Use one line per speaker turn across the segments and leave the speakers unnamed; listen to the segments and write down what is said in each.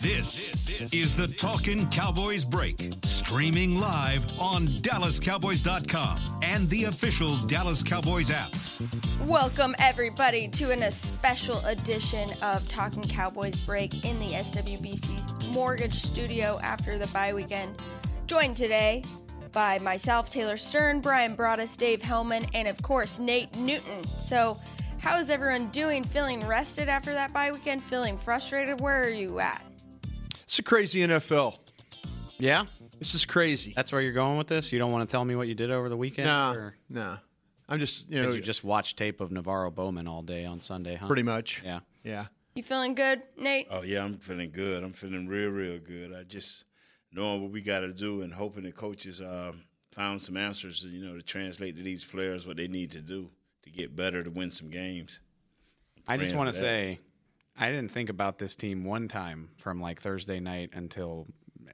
This is the Talkin' Cowboys Break, streaming live on DallasCowboys.com and the official Dallas Cowboys app.
Welcome, everybody, to an, a special edition of Talking Cowboys Break in the SWBC's mortgage studio after the bye weekend. Joined today by myself, Taylor Stern, Brian Broaddus, Dave Hellman, and of course, Nate Newton. So, how is everyone doing? Feeling rested after that bye weekend? Feeling frustrated? Where are you at?
It's a crazy NFL.
Yeah,
This is crazy.
that's where you're going with this. You don't want to tell me what you did over the weekend,
Nah,
or
nah. I'm just you know
'cause you just watched tape of Navarro Bowman all day on Sunday, huh?
pretty much.
Yeah.
yeah.
You feeling good, Nate?
Oh yeah, I'm feeling good. I'm feeling real, real good. I just knowing what we got to do and hoping the coaches uh, found some answers, you know, to translate to these players what they need to do to get better to win some games.
I just
Ran
want to
for that.
say, I didn't think about this team one time from like Thursday night until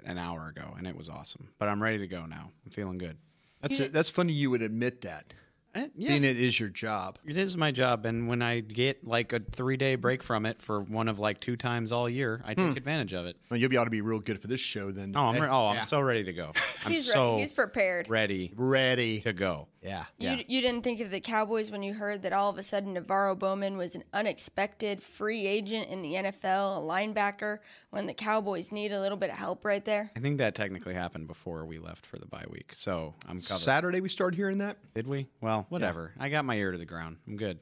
an hour ago, and it was awesome. But I'm ready to go now. I'm feeling good.
That's it. That's funny. You would admit that.
Eh, yeah,
Being it is your job.
it is my job, and when I get like a three day break from it for one of like two times all year, I
Hmm.
take advantage of it.
Well, you'll be ought to be real good for this show then.
Oh, I'm
Hey,
re- oh, I'm
Eh, yeah.
so ready to go. I'm
He's
so
ready. He's prepared.
ready
ready.
to go.
Yeah.
You, you didn't think of the Cowboys when you heard that all of a sudden Navarro Bowman was an unexpected free agent in the NFL, a linebacker, when the Cowboys need a little bit of help right there.
I think that technically happened before we left for the bye week, so I'm covered.
Saturday we start hearing that.
Did we? Well, whatever. I got my ear to the ground. I'm good.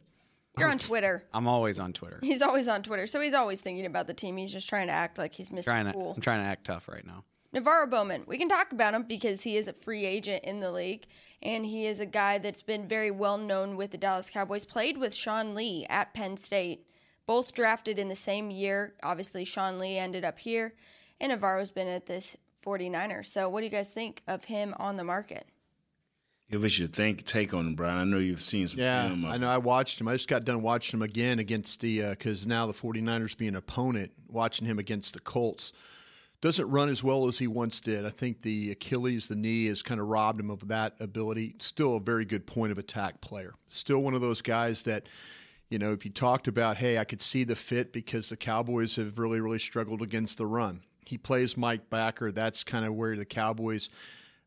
You're on Twitter.
I'm always on Twitter.
He's always on Twitter, so he's always thinking about the team. He's just trying to act like he's Mr.
trying to,
Cool.
I'm trying to act tough right now.
Navarro Bowman. We can talk about him because he is a free agent in the league, and he is a guy that's been very well known with the Dallas Cowboys. Played with Sean Lee at Penn State, both drafted in the same year. Obviously, Sean Lee ended up here, and Navarro's been at this 49er. So, what do you guys think of him on the market?
Give us your think take on it, Brian. I know you've seen some
Yeah,
film. of-
I know. I watched him. I just got done watching him again against the because now the 49ers be an opponent watching him against the Colts. Doesn't run as well as he once did. I think the Achilles, the knee, has kind of robbed him of that ability. Still a very good point of attack player. Still one of those guys that, you know, if you talked about, hey, I could see the fit because the Cowboys have really, really struggled against the run. He plays Mike Backer. That's kind of where the Cowboys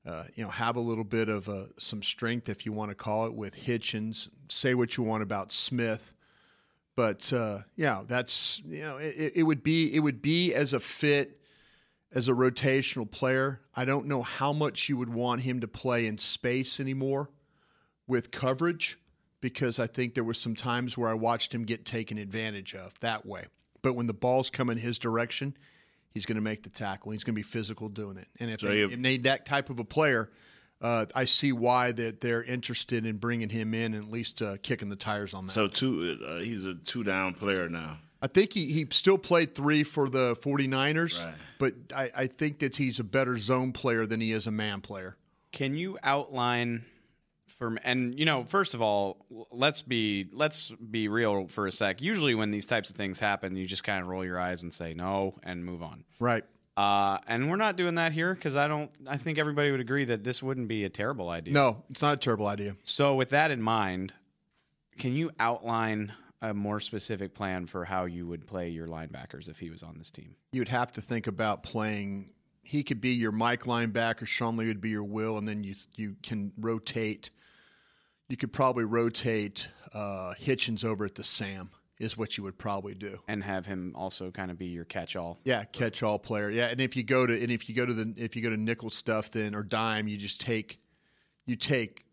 uh, you know, have a little bit of uh, some strength, if you want to call it, with Hitchens. Say what you want about Smith, but uh, yeah, that's you know, it, it would be it would be as a fit as a rotational player. I don't know how much you would want him to play in space anymore with coverage because I think there were some times where I watched him get taken advantage of that way. But when the ball's coming his direction, he's going to make the tackle. He's going to be physical doing it. And if, they,
you-
if they need that type of a player, uh, I see why that they're interested in bringing him in and at least uh, kicking the tires on that.
So two, uh, he's a two down player now.
I think he, he still played three for the 49ers,
Right.
but I, I think that he's a better zone player than he is a man player.
Can you outline from and you know, first of all, w- let's be let's be real for a sec. Usually when these types of things happen, you just kind of roll your eyes and say no and move on.
Right.
Uh, and we're not doing that here because I don't. I think everybody would agree that this wouldn't be a terrible idea.
No, it's not a terrible idea.
So, with that in mind, can you outline a more specific plan for how you would play your linebackers if he was on this team?
You would have to think about playing. He could be your Mike linebacker. Sean Lee would be your Will, and then you you can rotate. You could probably rotate uh, Hitchens over at the Sam is what you would probably do.
And have him also kind of be your catch-all.
Yeah, catch all player. Yeah, and if you go to and if you go to the if you go to nickel stuff then or dime, you just take you take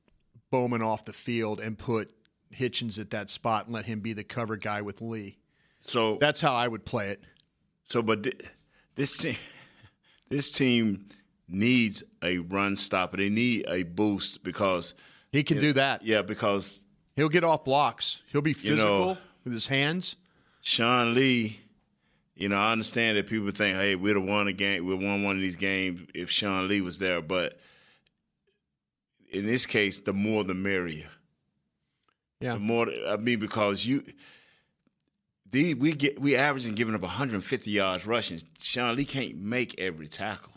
Bowman off the field and put Hitchens at that spot and let him be the cover guy with Lee.
So
That's how I would play it.
So, but thi- this team, this team needs a run stopper. They need a boost because
He can do that.
yeah, because
He'll get off blocks. He'll be
You know-
physical with his hands.
Sean Lee. You know, I understand that people think, "Hey, we'd have won a game. We'd won one of these games if Sean Lee was there." But in this case, the more the merrier.
Yeah.
The more I mean, because you, the we get we averaging giving up 150 yards rushing. Sean Lee can't make every tackle.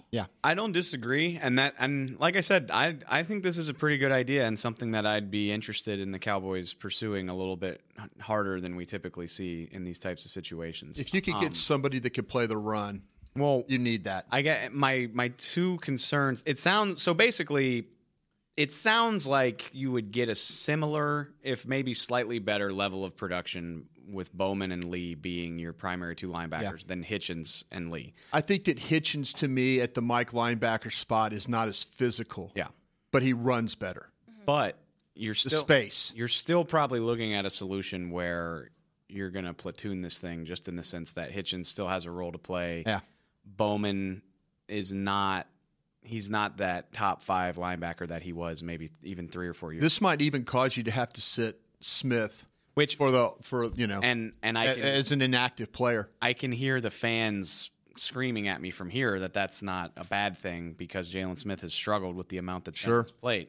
I don't disagree, and that and like I said, I I think this is a pretty good idea and something that I'd be interested in the Cowboys pursuing a little bit h- harder than we typically see in these types of situations.
Um.
If you could get somebody that could play the run
Well,
You need that.
I get my my two concerns. It sounds so basically it sounds like you would get a similar if maybe slightly better level of production with Bowman and Lee being your primary two linebackers than Hitchens and Lee.
I think that Hitchens to me at the Mike linebacker spot is not as physical,
Yeah.
but he runs better.
But you're
The
still
space.
you're still probably looking at a solution where you're going to platoon this thing just in the sense that Hitchens still has a role to play.
Yeah.
Bowman is not he's not that top 5 linebacker that he was maybe even 3 or 4 years
This might even cause you to have to sit Smith
which
for the for you know
and and I
a-
can
as an inactive player.
I can hear the fans screaming at me from here that that's not a bad thing because Jalen Smith has struggled with the amount that
Sure.
Smith played.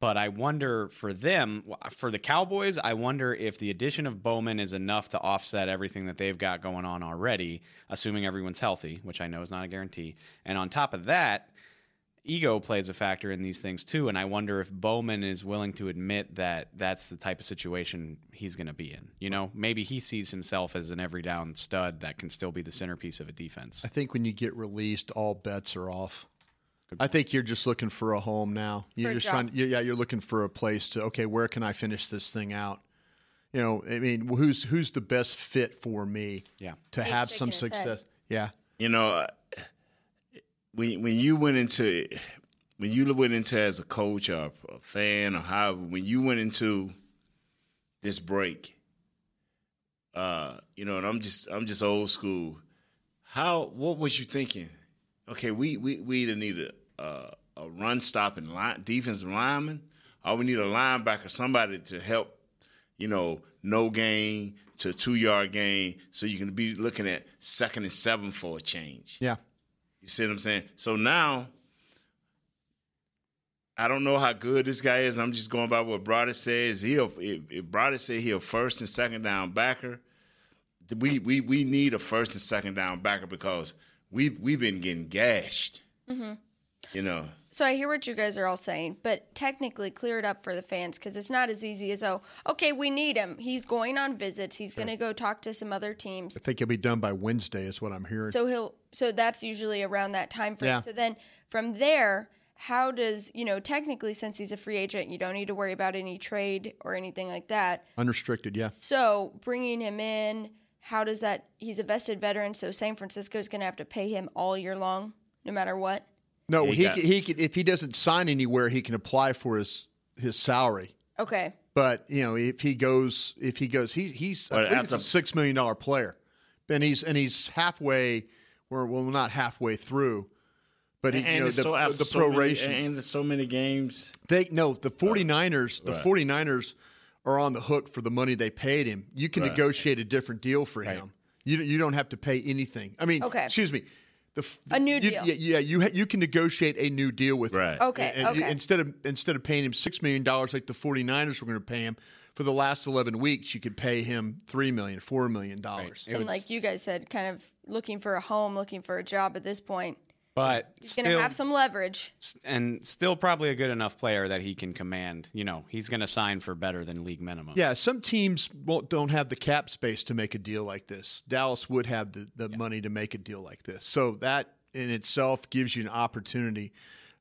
But I wonder for them, for the Cowboys, I wonder if the addition of Bowman is enough to offset everything that they've got going on already, assuming everyone's healthy, which I know is not a guarantee. And on top of that, ego plays a factor in these things too. And I wonder if Bowman is willing to admit that that's the type of situation he's going to be in. You know, maybe he sees himself as an every down stud that can still be the centerpiece of a defense.
I think when you get released, all bets are off. I think you're just looking for a home now. You're
For a
just
job.
trying. yeah, yeah, you're looking for a place to. Okay, where can I finish this thing out? You know, I mean, who's who's the best fit for me
Yeah.
to
He's
have some
shaking his head.
success? Yeah,
You know, uh, when when you went into when you went into as a coach or a fan or however, when you went into this break, uh, you know, and I'm just I'm just old school. How what was you thinking? Okay, we we, we either need a a, a run stopping line defensive lineman, or we need a linebacker, somebody to help you know, no gain to two yard gain. So you can be looking at second and seven for a change.
yeah.
You see what I'm saying? So now, I don't know how good this guy is. And I'm just going by what Brody says. He'll if, if Brody said he'll first and second down backer. th- We we we need a first and second down backer because we we've been getting gashed. You know,
So I hear what you guys are all saying, but technically clear it up for the fans because it's not as easy as oh, okay, we need him. He's going on visits. He's going to go talk to some other teams.
I think he'll be done by Wednesday, is what I'm hearing.
So he'll so that's usually around that time frame.
Yeah.
So then from there, how does you know technically since he's a free agent, you don't need to worry about any trade or anything like that.
Unrestricted, yeah.
So bringing him in, how does that? He's a vested veteran, so San Francisco's going to have to pay him all year long, no matter what.
No,
He
he
got-
can, he can, if he doesn't sign anywhere, he can apply for his his salary.
Okay,
But you know, if he goes, if he goes, he, he's I
But
believe
at
it's a
the-
six million dollar player, and he's and he's halfway, or well, not halfway through, but he, you know, the,
so after
the
so many-
proration.
and there's so many games.
they no, the 49ers, the 49ers are on the hook for the money they paid him. You can negotiate a different deal for him. You you don't have to pay anything. I mean,
Okay.
excuse me. The, f-
A new
you-
deal.
Yeah, yeah, you ha- you can negotiate a new deal with him.
Right.
okay,
And- and
okay.
Instead of instead of paying him six million dollars like the 49ers were going to pay him for the last eleven weeks, you could pay him three million, four million dollars.
It
and
would-
like you guys said, kind of looking for a home, looking for a job at this point.
but
He's going to have some leverage.
and still probably a good enough player that he can command. You know, he's going to sign for better than league minimum.
Yeah, some teams won't, don't have the cap space to make a deal like this. Dallas would have the, the money to make a deal like this. So that in itself gives you an opportunity.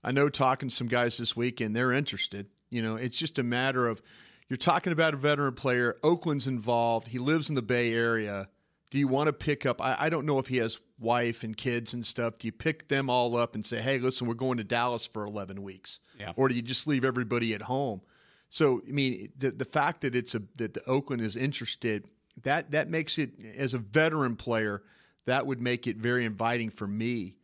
I know talking to some guys this weekend, they're interested. You know, it's just a matter of you're talking about a veteran player. Oakland's involved. He lives in the Bay Area. Do you want to pick up? I, I don't know if he has wife and kids and stuff. Do you pick them all up and say, hey, listen, we're going to Dallas for 11 weeks?
Yeah.
Or do you just leave everybody at home? So I mean, the the fact that it's a that the Oakland is interested that that makes it as a veteran player that would make it very inviting for me.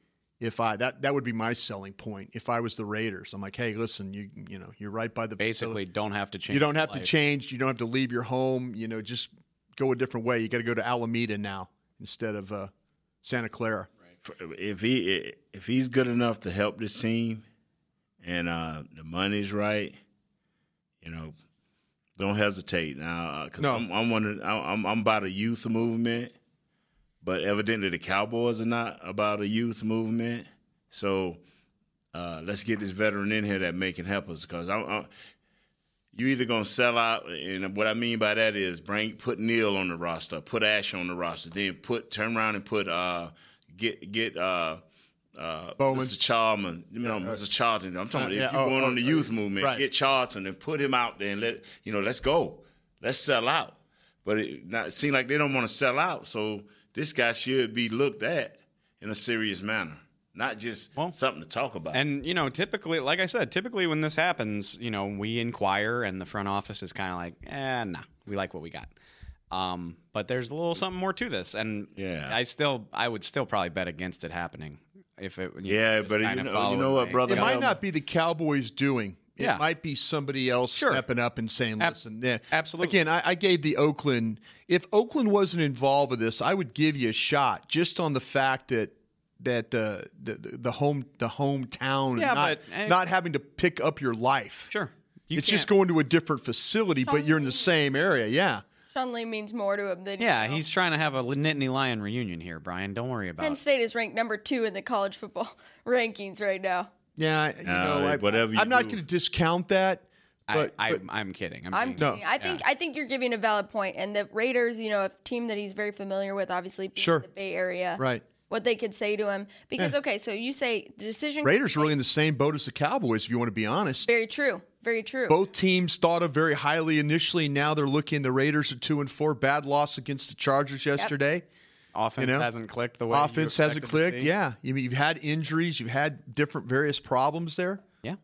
If I that that would be my selling point. If I was the Raiders, I'm like, hey, listen, you you know you're right by the
Basically,
facility.
don't have to change.
you don't
your
have to
life.
change, you don't have to leave your home. You know, just go a different way. You got to go to Alameda now instead of uh, Santa Clara.
if he if he's good enough to help this team and uh, the money's right, you know, don't hesitate now. uh, 'cause
No.
I'm, I'm wondering. I- I'm I'm about a youth movement, but evidently the Cowboys are not about a youth movement. So uh, let's get this veteran in here that may can help us because I'm. I'm you either gonna sell out, and what I mean by that is bring put Neil on the roster, put Ash on the roster, then put turn around and put uh, get get uh, uh,
Bowman.
Mr. Charlton. You know, Mr. Charlton. I'm talking about
yeah,
if you're
oh,
going
oh,
on the
oh,
youth movement,
right.
get Charlton and put him out there and let you know. Let's go. Let's sell out. But it, not, it seems like they don't want to sell out. So this guy should be looked at in a serious manner, not just
Well,
something to talk about.
And you know, typically, like I said, typically when this happens, you know, we inquire, and the front office is kind of like, "Eh, nah, we like what we got." Um, but there's a little something more to this, and
Yeah.
I still, I would still probably bet against it happening if it. you
Yeah,
just
but you
kinda
know- you
follow
know
it
what,
like-
brother?
It
Yeah.
might not be the Cowboys doing. It
Um, Yeah.
might be somebody else
Sure.
stepping up and saying,
Ab-
"Listen, yeah.
absolutely.
Again, I, I gave the Oakland. If Oakland wasn't involved with this, I would give you a shot just on the fact that that uh, the the the home the hometown,
Yeah,
not
but, eh.
not having to pick up your life.
Sure, You
it's just
can't-
going to a different facility, but you're in the same area. Yeah,
Sean Lee means more to him than
Yeah,
you know.
he's trying to have a Nittany Lion reunion here, Brian. Don't worry about
Penn
it.
State is ranked number two in the college football rankings right now.
yeah. I- You
No,
know, I,
whatever you
I'm not
do.
going to discount that, but,
I,
but
I, I'm kidding. I'm,
I'm
being-
kidding. I think I think you're giving a valid point. And the Raiders, you know, a team that he's very familiar with, obviously being
Sure.
in the Bay Area.
right.
What they could say to him. Because okay, so you say the decision
Raiders are really in the same boat as the Cowboys, if you want to be honest.
very true. Very true.
both teams thought of very highly initially. Now they're looking. The Raiders are two and four. Bad loss against the Chargers yesterday.
offense
you know,
hasn't clicked the way you
Offense hasn't
expected to
clicked.
see.
Yeah, you mean, you've had injuries. You've had different various problems there.
yeah.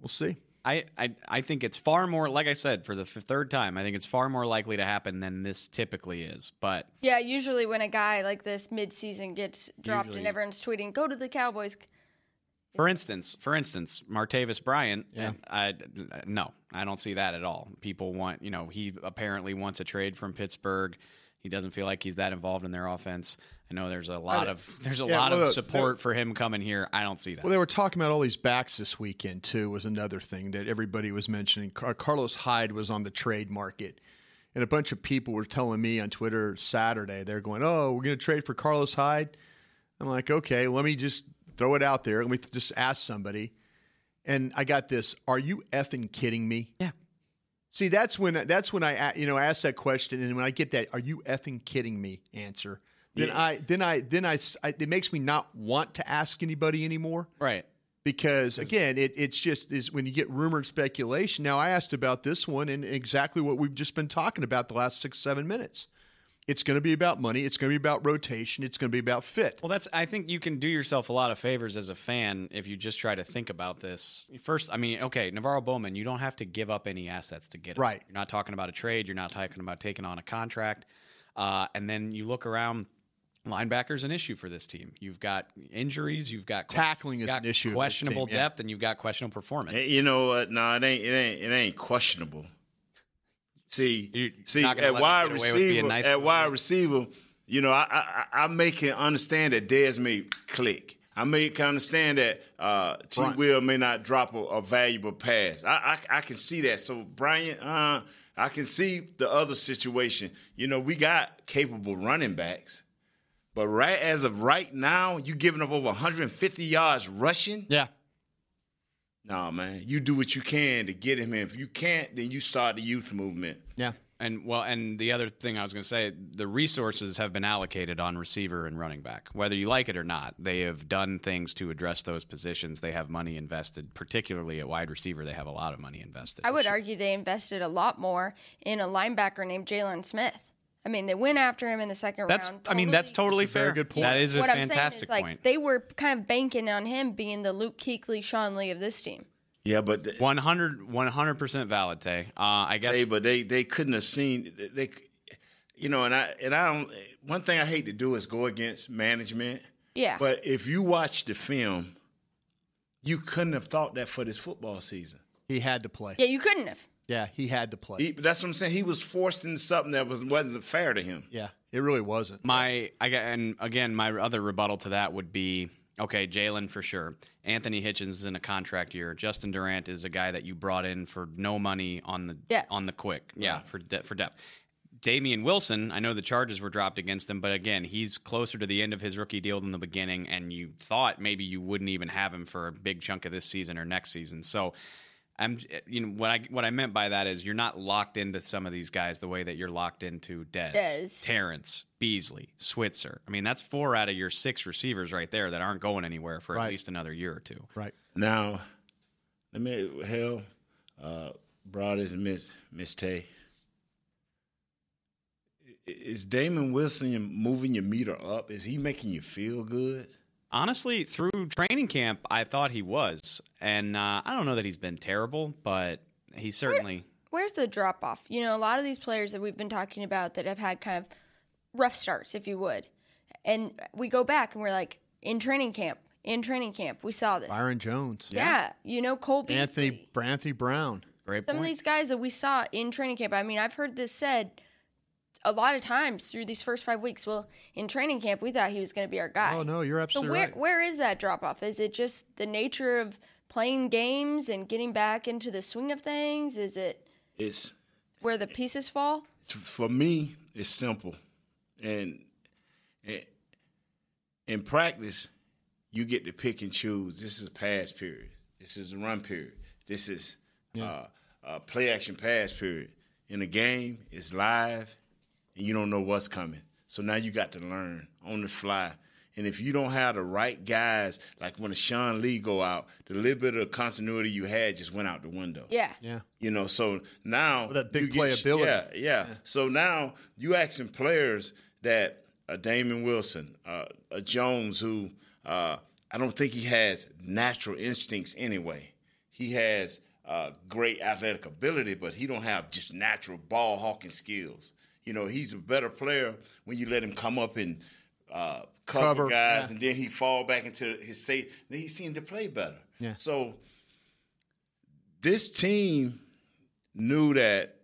We'll see.
I, I I think it's far more like I said for the f- third time. I think it's far more likely to happen than this typically is. But
yeah, usually when a guy like this midseason gets dropped and
Usually-
everyone's tweeting, go to the Cowboys.
for instance, for instance, Martavis Bryant, yeah. I uh, no, I don't see that at all. People want you know he apparently wants a trade from Pittsburgh. He doesn't feel like he's that involved in their offense. I know there's a lot of there's a
yeah,
lot
well,
of
the-
support for him coming here. I don't see that.
Well, they were talking about all these backs this weekend too. Was another thing that everybody was mentioning. Car- Carlos Hyde was on the trade market, and a bunch of people were telling me on Twitter Saturday they're going, "Oh, we're going to trade for Carlos Hyde." I'm like, "Okay, let me just throw it out there. Let me th- just ask somebody." And I got this. Are you effing kidding me?
Yeah.
See, that's when that's when I a- you know ask that question, and when I get that, "Are you effing kidding me?" answer. Then I then I then I, s- I- it makes me not want to ask anybody anymore
right.
because again it, it's just is when you get rumor and speculation now i asked about this one and exactly what we've just been talking about the last six seven minutes it's going to be about money it's going to be about rotation it's going to be about fit
Well, that's. I think you can do yourself a lot of favors as a fan if you just try to think about this. First, I mean, okay, Navarro Bowman, you don't have to give up any assets to get him.
Right.
You're not talking about a trade. You're not talking about taking on a contract. Uh, and then you look around. Linebacker's an issue for this team. You've got injuries. You've got
Tackling is
got
an issue with this
Questionable
team, yeah.
depth, and you've got questionable performance.
Eh, You know what? No, it ain't. It ain't. It ain't questionable. See,
You're
see,
not gonna
at
let me
wide
get away with being
receiver,
nice to
at
him.
wide receiver, you know, I, I, I I make it understand that Dez may click. I make it understand that uh, T.
Bryant.
Will may not drop a, a valuable pass. I, I, I can see that. So Brian, uh, I can see the other situation. You know, we got capable running backs, but right as of right now, you giving up over 150 yards rushing.
yeah.
No, man. You do what you can to get him in. If you can't, then you start the youth movement.
yeah
And well, and the other thing I was going to say, the resources have been allocated on receiver and running back, whether you like it or not. They have done things to address those positions. They have money invested, particularly at wide receiver. They have a lot of money invested.
I would argue they invested a lot more in a linebacker named Jalen Smith. I mean, they went after him in the second
That's.
round.
I mean, that's totally
That's a very
fair.
good point.
That is a
what I'm saying
fantastic
is like
point.
they were kind of banking on him being the Luke Kuechly, Sean Lee of this team.
Yeah, but
100 100 percent valid, Tay. Uh, I guess.
say, but they they couldn't have seen they, you know, and I and I don't. One thing I hate to do is go against management.
Yeah.
But if you watch the film, you couldn't have thought that for this football season.
he had to play
yeah, you couldn't have.
yeah he had to play
He, that's what I'm saying. He was forced into something that was wasn't fair to him.
yeah it really wasn't
My I got and again my other rebuttal to that would be okay, Jalen for sure. Anthony Hitchens is in a contract year. Justin Durant is a guy that you brought in for no money on the
Depth.
on the quick. Yeah, for de- for depth. Damian Wilson, I know the charges were dropped against him, but again, he's closer to the end of his rookie deal than the beginning, and you thought maybe you wouldn't even have him for a big chunk of this season or next season. So I'm you know what I what I meant by that is you're not locked into some of these guys the way that you're locked into Dez,
Dez.
Terrence, Beasley, Switzer. I mean, that's four out of your six receivers right there that aren't going anywhere for
Right.
at least another year or two.
Right.
Now, let me hell, uh, brothers and Miss Miss Tay. I- Is Damon Wilson moving your meter up? Is he making you feel good?
Honestly, through training camp, I thought he was, and uh, I don't know that he's been terrible, but he certainly
Where's the drop off? You know, a lot of these players that we've been talking about that have had kind of rough starts, if you would. And we go back and we're like, in training camp, in training camp, we saw this.
Byron Jones.
Yeah. You know, Cole Beasley.
Anthony Anthony Brown.
great.
Some
point.
of these guys that we saw in training camp, I mean, I've heard this said a lot of times through these first five weeks. Well, in training camp, we thought he was going to be our guy.
Oh no, you're
So
absolutely
where
right.
where is that drop off? Is it just the nature of playing games and getting back into the swing of things? Is it
It's
where the pieces fall?
t- for me, it's simple, and, and in practice, you get to pick and choose. This is pass period. This is run period. This is uh, uh, play action pass period. In a game, it's live, and you don't know what's coming. So now you got to learn on the fly. And if you don't have the right guys, like when a Sean Lee go out, the little bit of continuity you had just went out the window.
Yeah.
Yeah.
You know, so now
With that big
you get-
playability.
Yeah, yeah, So now you asking players that a Damon Wilson, uh, a Jones, who uh, I don't think he has natural instincts anyway. He has uh, great athletic ability, but he don't have just natural ball hawking skills. You know, he's a better player when you let him come up and uh, cover,
Cover,
guys,
yeah.
and then he fall back into his safe. Then he seemed to play better.
Yeah.
So this team knew that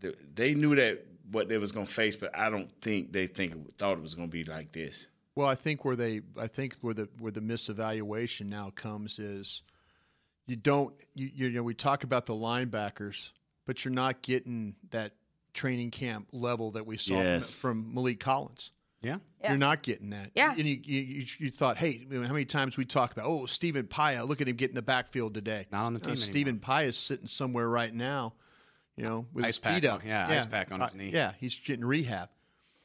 th- they knew that what they was gonna face, but I don't think they think thought it was gonna be like this.
Well, I think where they, I think where the where the misevaluation now comes is, you don't, you, you know, we talk about the linebackers, but you're not getting that training camp level that we saw
Yes.
from, from Malik Collins.
yeah.
Yeah.
You're not getting that.
Yeah.
And you, you, you, you thought, hey, I mean, how many times we talk about, oh, Stephen Paya, look at him getting the backfield today. Uh,
Not on the team
Stephen Paya is sitting somewhere right now, you know, with
Ice
his feet
pack
up. Uh,
on- yeah, ice pack on his knee.
Yeah, he's getting rehab.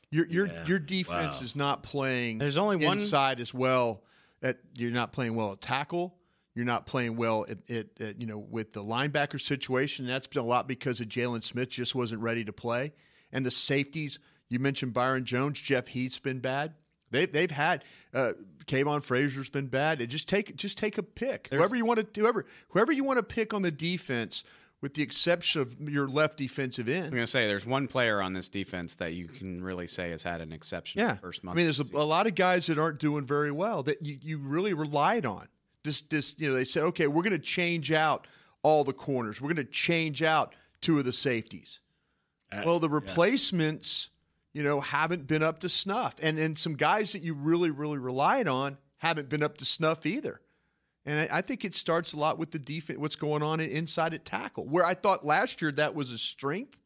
Your your your defense is not playing.
There's only one-
inside as well. That you're not playing well at tackle. You're not playing well at, at, at you know with the linebacker situation. And that's been a lot because of Jalen Smith just wasn't ready to play, and the safeties. You mentioned Byron Jones, Jeff Heat's been bad. They they've had uh, Kayvon Frazier's been bad. It just take just take a pick. whoever you want to whoever whoever you want to pick on the defense, with the exception of your left defensive end.
I'm gonna say there's one player on this defense that you can really say has had an exceptional
yeah.
first
I
month.
mean, there's a, a lot of guys that aren't doing very well that you, you really relied on. This this you know they said okay we're going to change out all the corners. We're going to change out two of the safeties.
Uh,
well, the replacements you know haven't been up to snuff, and and some guys that you really really relied on haven't been up to snuff either. And I, I think it starts a lot with the defense. What's going on inside at tackle, where I thought last year that was a strength.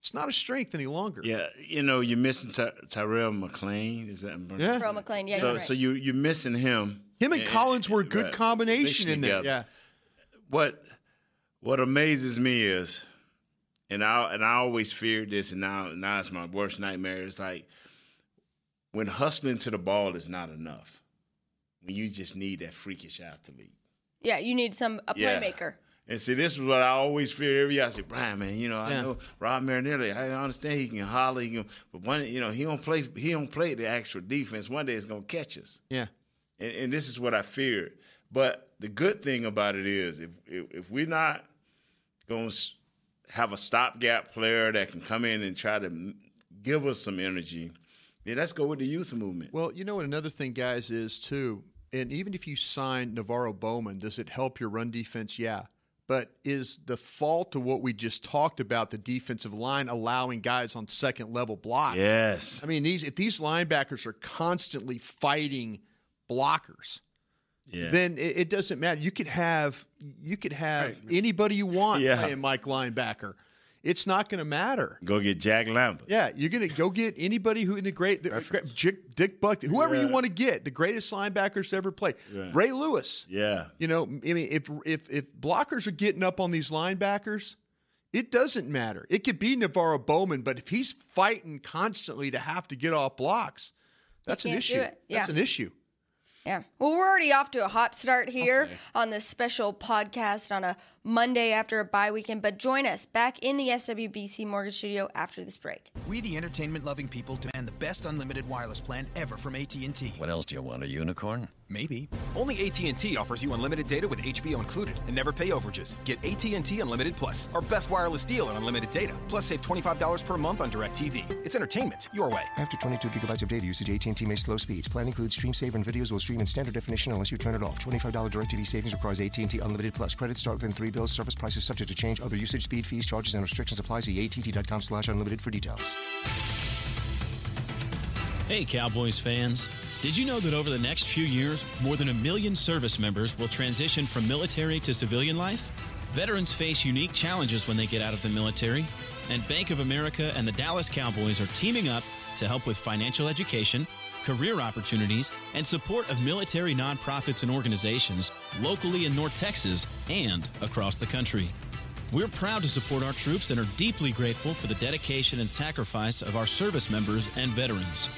It's not a strength any longer.
Yeah, you know you're missing Ty- Tyrell McLean. Is that
Yeah.
Terrell McLean. Yeah.
So
you're right.
so you you're missing him.
Him and Collins were a good
Right.
combination
They
in there.
together.
Yeah.
What what amazes me is, and I and I always feared this, and now now it's my worst nightmare. It's like when hustling to the ball is not enough. When you just need that freakish athlete.
yeah. You need some a
Yeah.
playmaker.
And see, this is what I always fear every year. I say, Brian, man, you know, I
Yeah.
know Rob Marinelli. I understand he can holler, he can, but one, you know, he don't play. He don't play the actual defense. One day it's gonna catch us.
Yeah.
And, and this is what I feared. But the good thing about it is, if if, if we're not gonna s- have a stopgap player that can come in and try to m- give us some energy, then let's go with the youth movement.
Well, you know what another thing, guys, is too, and even if you sign Navarro Bowman, does it help your run defense? Yeah. But is the fault of what we just talked about, the defensive line allowing guys on second level block?
yes.
I mean, these if these linebackers are constantly fighting blockers,
Yeah.
then it, it doesn't matter. You could have you could have anybody you want
Yeah.
playing Mike linebacker. it's not going to matter.
Go get Jack Lambert.
Yeah, you're gonna go get anybody who in the great the,
Reference.
Dick, Dick Buck, whoever you
Yeah.
want to get, the greatest linebackers to ever play.
Yeah.
Ray Lewis.
Yeah.
You know, I mean, if if if blockers are getting up on these linebackers, it doesn't matter. It could be Navarro Bowman, but if he's fighting constantly to have to get off blocks, that's an
can't
issue.
do it.
That's
Yeah.
an issue.
Yeah. Well, we're already off to a hot start here on this special podcast on a Monday after a bye weekend. But join us back in the SWBC Mortgage Studio after this break.
We, the entertainment-loving people, demand the best unlimited wireless plan ever from AT&T.
What else do you want? A unicorn?
Maybe.
Only AT&T offers you unlimited data with HBO included and never pay overages. Get AT&T Unlimited Plus, our best wireless deal on unlimited data. Plus save $25 per month on DirecTV. It's entertainment your way.
After 22 gigabytes of data usage, AT&T may slow speeds. Plan includes stream saver and videos will stream in standard definition unless you turn it off. $25 DirecTV savings requires AT&T Unlimited Plus. Credit start within three bills. Service prices subject to change. Other usage, speed, fees, charges, and restrictions apply. See att.com slash unlimited for details.
Hey, Cowboys fans. Did you know that over the next few years, more than a million service members will transition from military to civilian life? Veterans face unique challenges when they get out of the military, and Bank of America and the Dallas Cowboys are teaming up to help with financial education, career opportunities, and support of military nonprofits and organizations locally in North Texas and across the country. We're proud to support our troops and are deeply grateful for the dedication and sacrifice of our service members and veterans.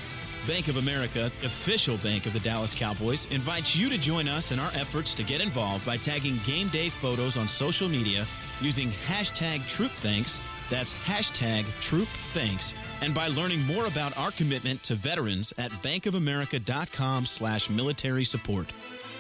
Bank of America, official bank of the Dallas Cowboys, invites you to join us in our efforts to get involved by tagging game day photos on social media using hashtag TroopThanks. That's hashtag TroopThanks. And by learning more about our commitment to veterans at bankofamerica.com slash military support.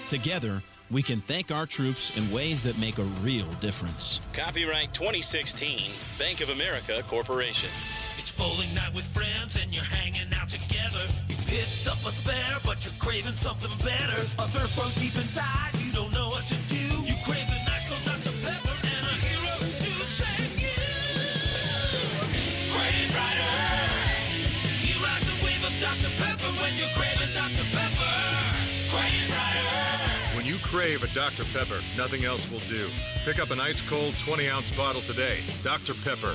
Together, we can thank our troops in ways that make a real difference.
Copyright 2016, Bank of America Corporation.
It's bowling night with friends and you're hanging out together. You picked up a spare, but you're craving something better. A thirst grows deep inside, you don't know what to do. You crave a nice cold Dr. Pepper and a hero to save you. Crave Rider! You ride the wave of Dr. Pepper when you're craving Dr. Pepper. Crave Rider!
When you crave a Dr. Pepper, nothing else will do. Pick up an ice cold 20 ounce bottle today. Dr. Pepper.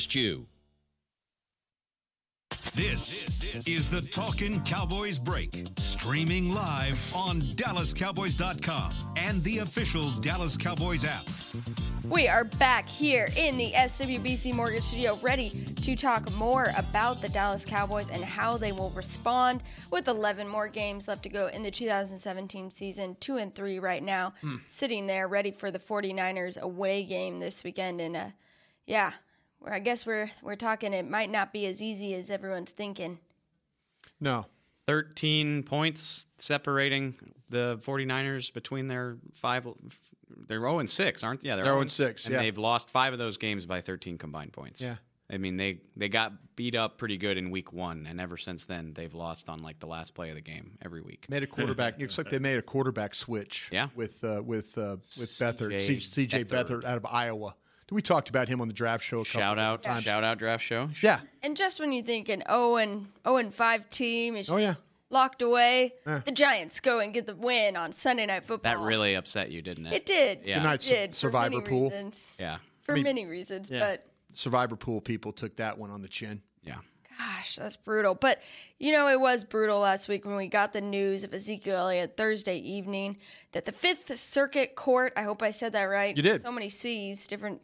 you.
This is the Talkin' Cowboys Break, streaming live on DallasCowboys.com and the official Dallas Cowboys app.
We are back here in the SWBC Mortgage Studio, ready to talk more about the Dallas Cowboys and how they will respond with 11 more games left to go in the 2017 season, 2 and 3 right now,
Hmm.
sitting there ready for the 49ers away game this weekend and uh yeah, where I guess we're we're talking it might not be as easy as everyone's thinking.
No,
13 points separating the 49ers between their five they're 0 and 6 aren't yeah
They're 0
0
and 6,
and
yeah.
they've lost five of those games by 13 combined points
Yeah.
I mean they they got beat up pretty good in week 1 and ever since then they've lost on like the last play of the game every week
made a quarterback. Looks like they made a quarterback switch.
Yeah.
with uh, with uh, with
CJ
Beathard, C- CJ Beathard
Beathard.
out of Iowa. We talked about him on the draft show. A couple
shout out
times.
shout out draft show
Yeah.
And just when you think an 0 and 0 and 5 team is
Oh yeah.
locked away,
Yeah.
the Giants go and get the win on Sunday night football.
that really upset you didn't it
Oh. It did.
Yeah. Good
night,
It
Su-
did.
Survivor
for many
Pool.
Reasons.
yeah
For
mean-
many reasons,
Yeah.
but
Survivor pool people took that one on the chin.
yeah
gosh, that's brutal. But you know, it was brutal last week when we got the news of Ezekiel Elliott Thursday evening that the Fifth Circuit Court, I hope I said that right.
You did.
So many C's, different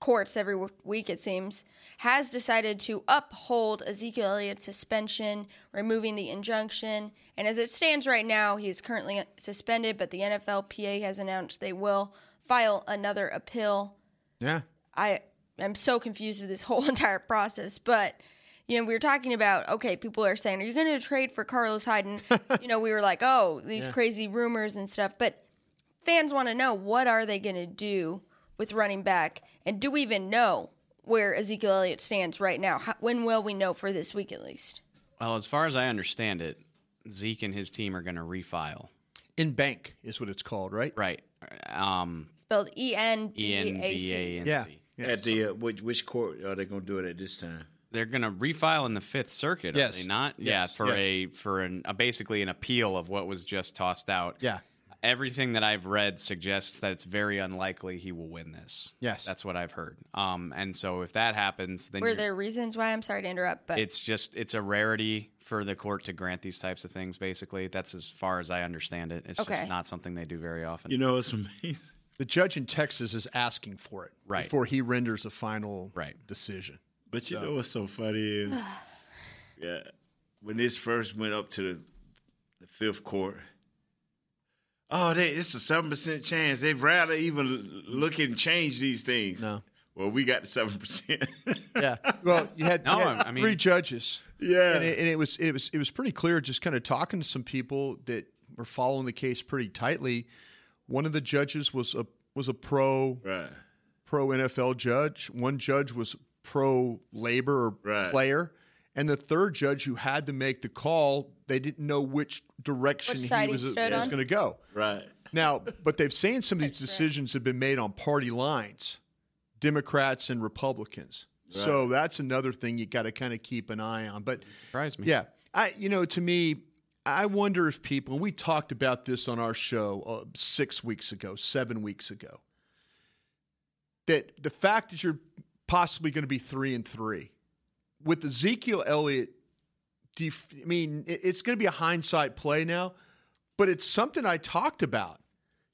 courts every w- week, it seems, has decided to uphold Ezekiel Elliott's suspension, removing the injunction. And as it stands right now, he is currently suspended, but the NFLPA has announced they will file another appeal.
Yeah.
I am so confused with this whole entire process, but you know, we were talking about okay, people are saying, "Are you going to trade for Carlos Hyde?" And you know, we were like, "Oh, these crazy rumors and stuff." But fans want to know what are they going to do with running back? And do we even know where Ezekiel Elliott stands right now? How, when will we know for this week at least?
Well, as far as I understand it, Zeke and his team are going to refile.
In bank is what it's called, right?
Right. Um,
Spelled E N B A C.
ENBANC.
At the uh, which which court are they going to do it at this time?
They're going to refile in the Fifth Circuit,
Yes.
are they not? Yeah,
Yes,
for
yes.
a for an a, basically an appeal of what was just tossed out.
Yeah.
Everything that I've read suggests that it's very unlikely he will win this.
Yes.
That's what I've heard. Um, and so if that happens, then
Were
you're-
there reasons why? I'm sorry to interrupt, but
it's just it's a rarity for the court to grant these types of things. Basically, that's as far as I understand it. It's
Okay.
just not something they do very often.
You know, it's amazing.
The judge in Texas is asking for it
Right.
before he renders a final
right.
decision.
But you know what's so funny is, yeah, when this first went up to the, the fifth court, oh, they, it's a seven percent chance. They'd rather even l- look and change these things. No. Well, we got the seven percent.
yeah. Well, you had, you
No,
had
I mean-
three judges.
Yeah.
and it, and it was it was it was pretty clear. Just kind of talking to some people that were following the case pretty tightly. One of the judges was a was a pro pro NFL judge. One judge was pro labor or player, and the third judge who had to make the call, they didn't know which direction
Which side
he
he
was,
stood
was
on?
going to go.
Right.
Now, but they've saying some of these decisions have been made on party lines, Democrats and Republicans. So that's another thing you got to kind of keep an eye on. But
surprised me.
Yeah, I you know to me, I wonder if people. And we talked about this on our show uh, six weeks ago, seven weeks ago. That the fact that you're possibly going to be three and three with Ezekiel Elliott. Def- I mean, it- it's going to be a hindsight play now, but it's something I talked about.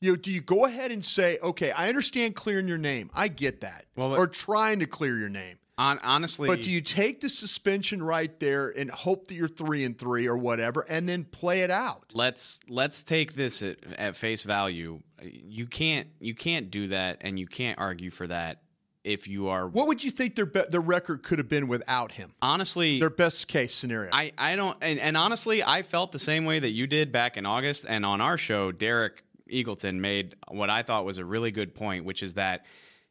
You know, do you go ahead and say, okay, I understand clearing your name, I get that,
Well,
or trying to clear your name,
On, honestly,
but do you take the suspension right there and hope that you're three and three or whatever, and then play it out?
let's let's take this at, at face value. You can't you can't do that, and you can't argue for that if you are
What would you think their be- their record could have been without him?
honestly
Their best case scenario.
I, I don't and, and honestly I felt the same way that you did back in August and on our show Derek Eagleton made what I thought was a really good point which is that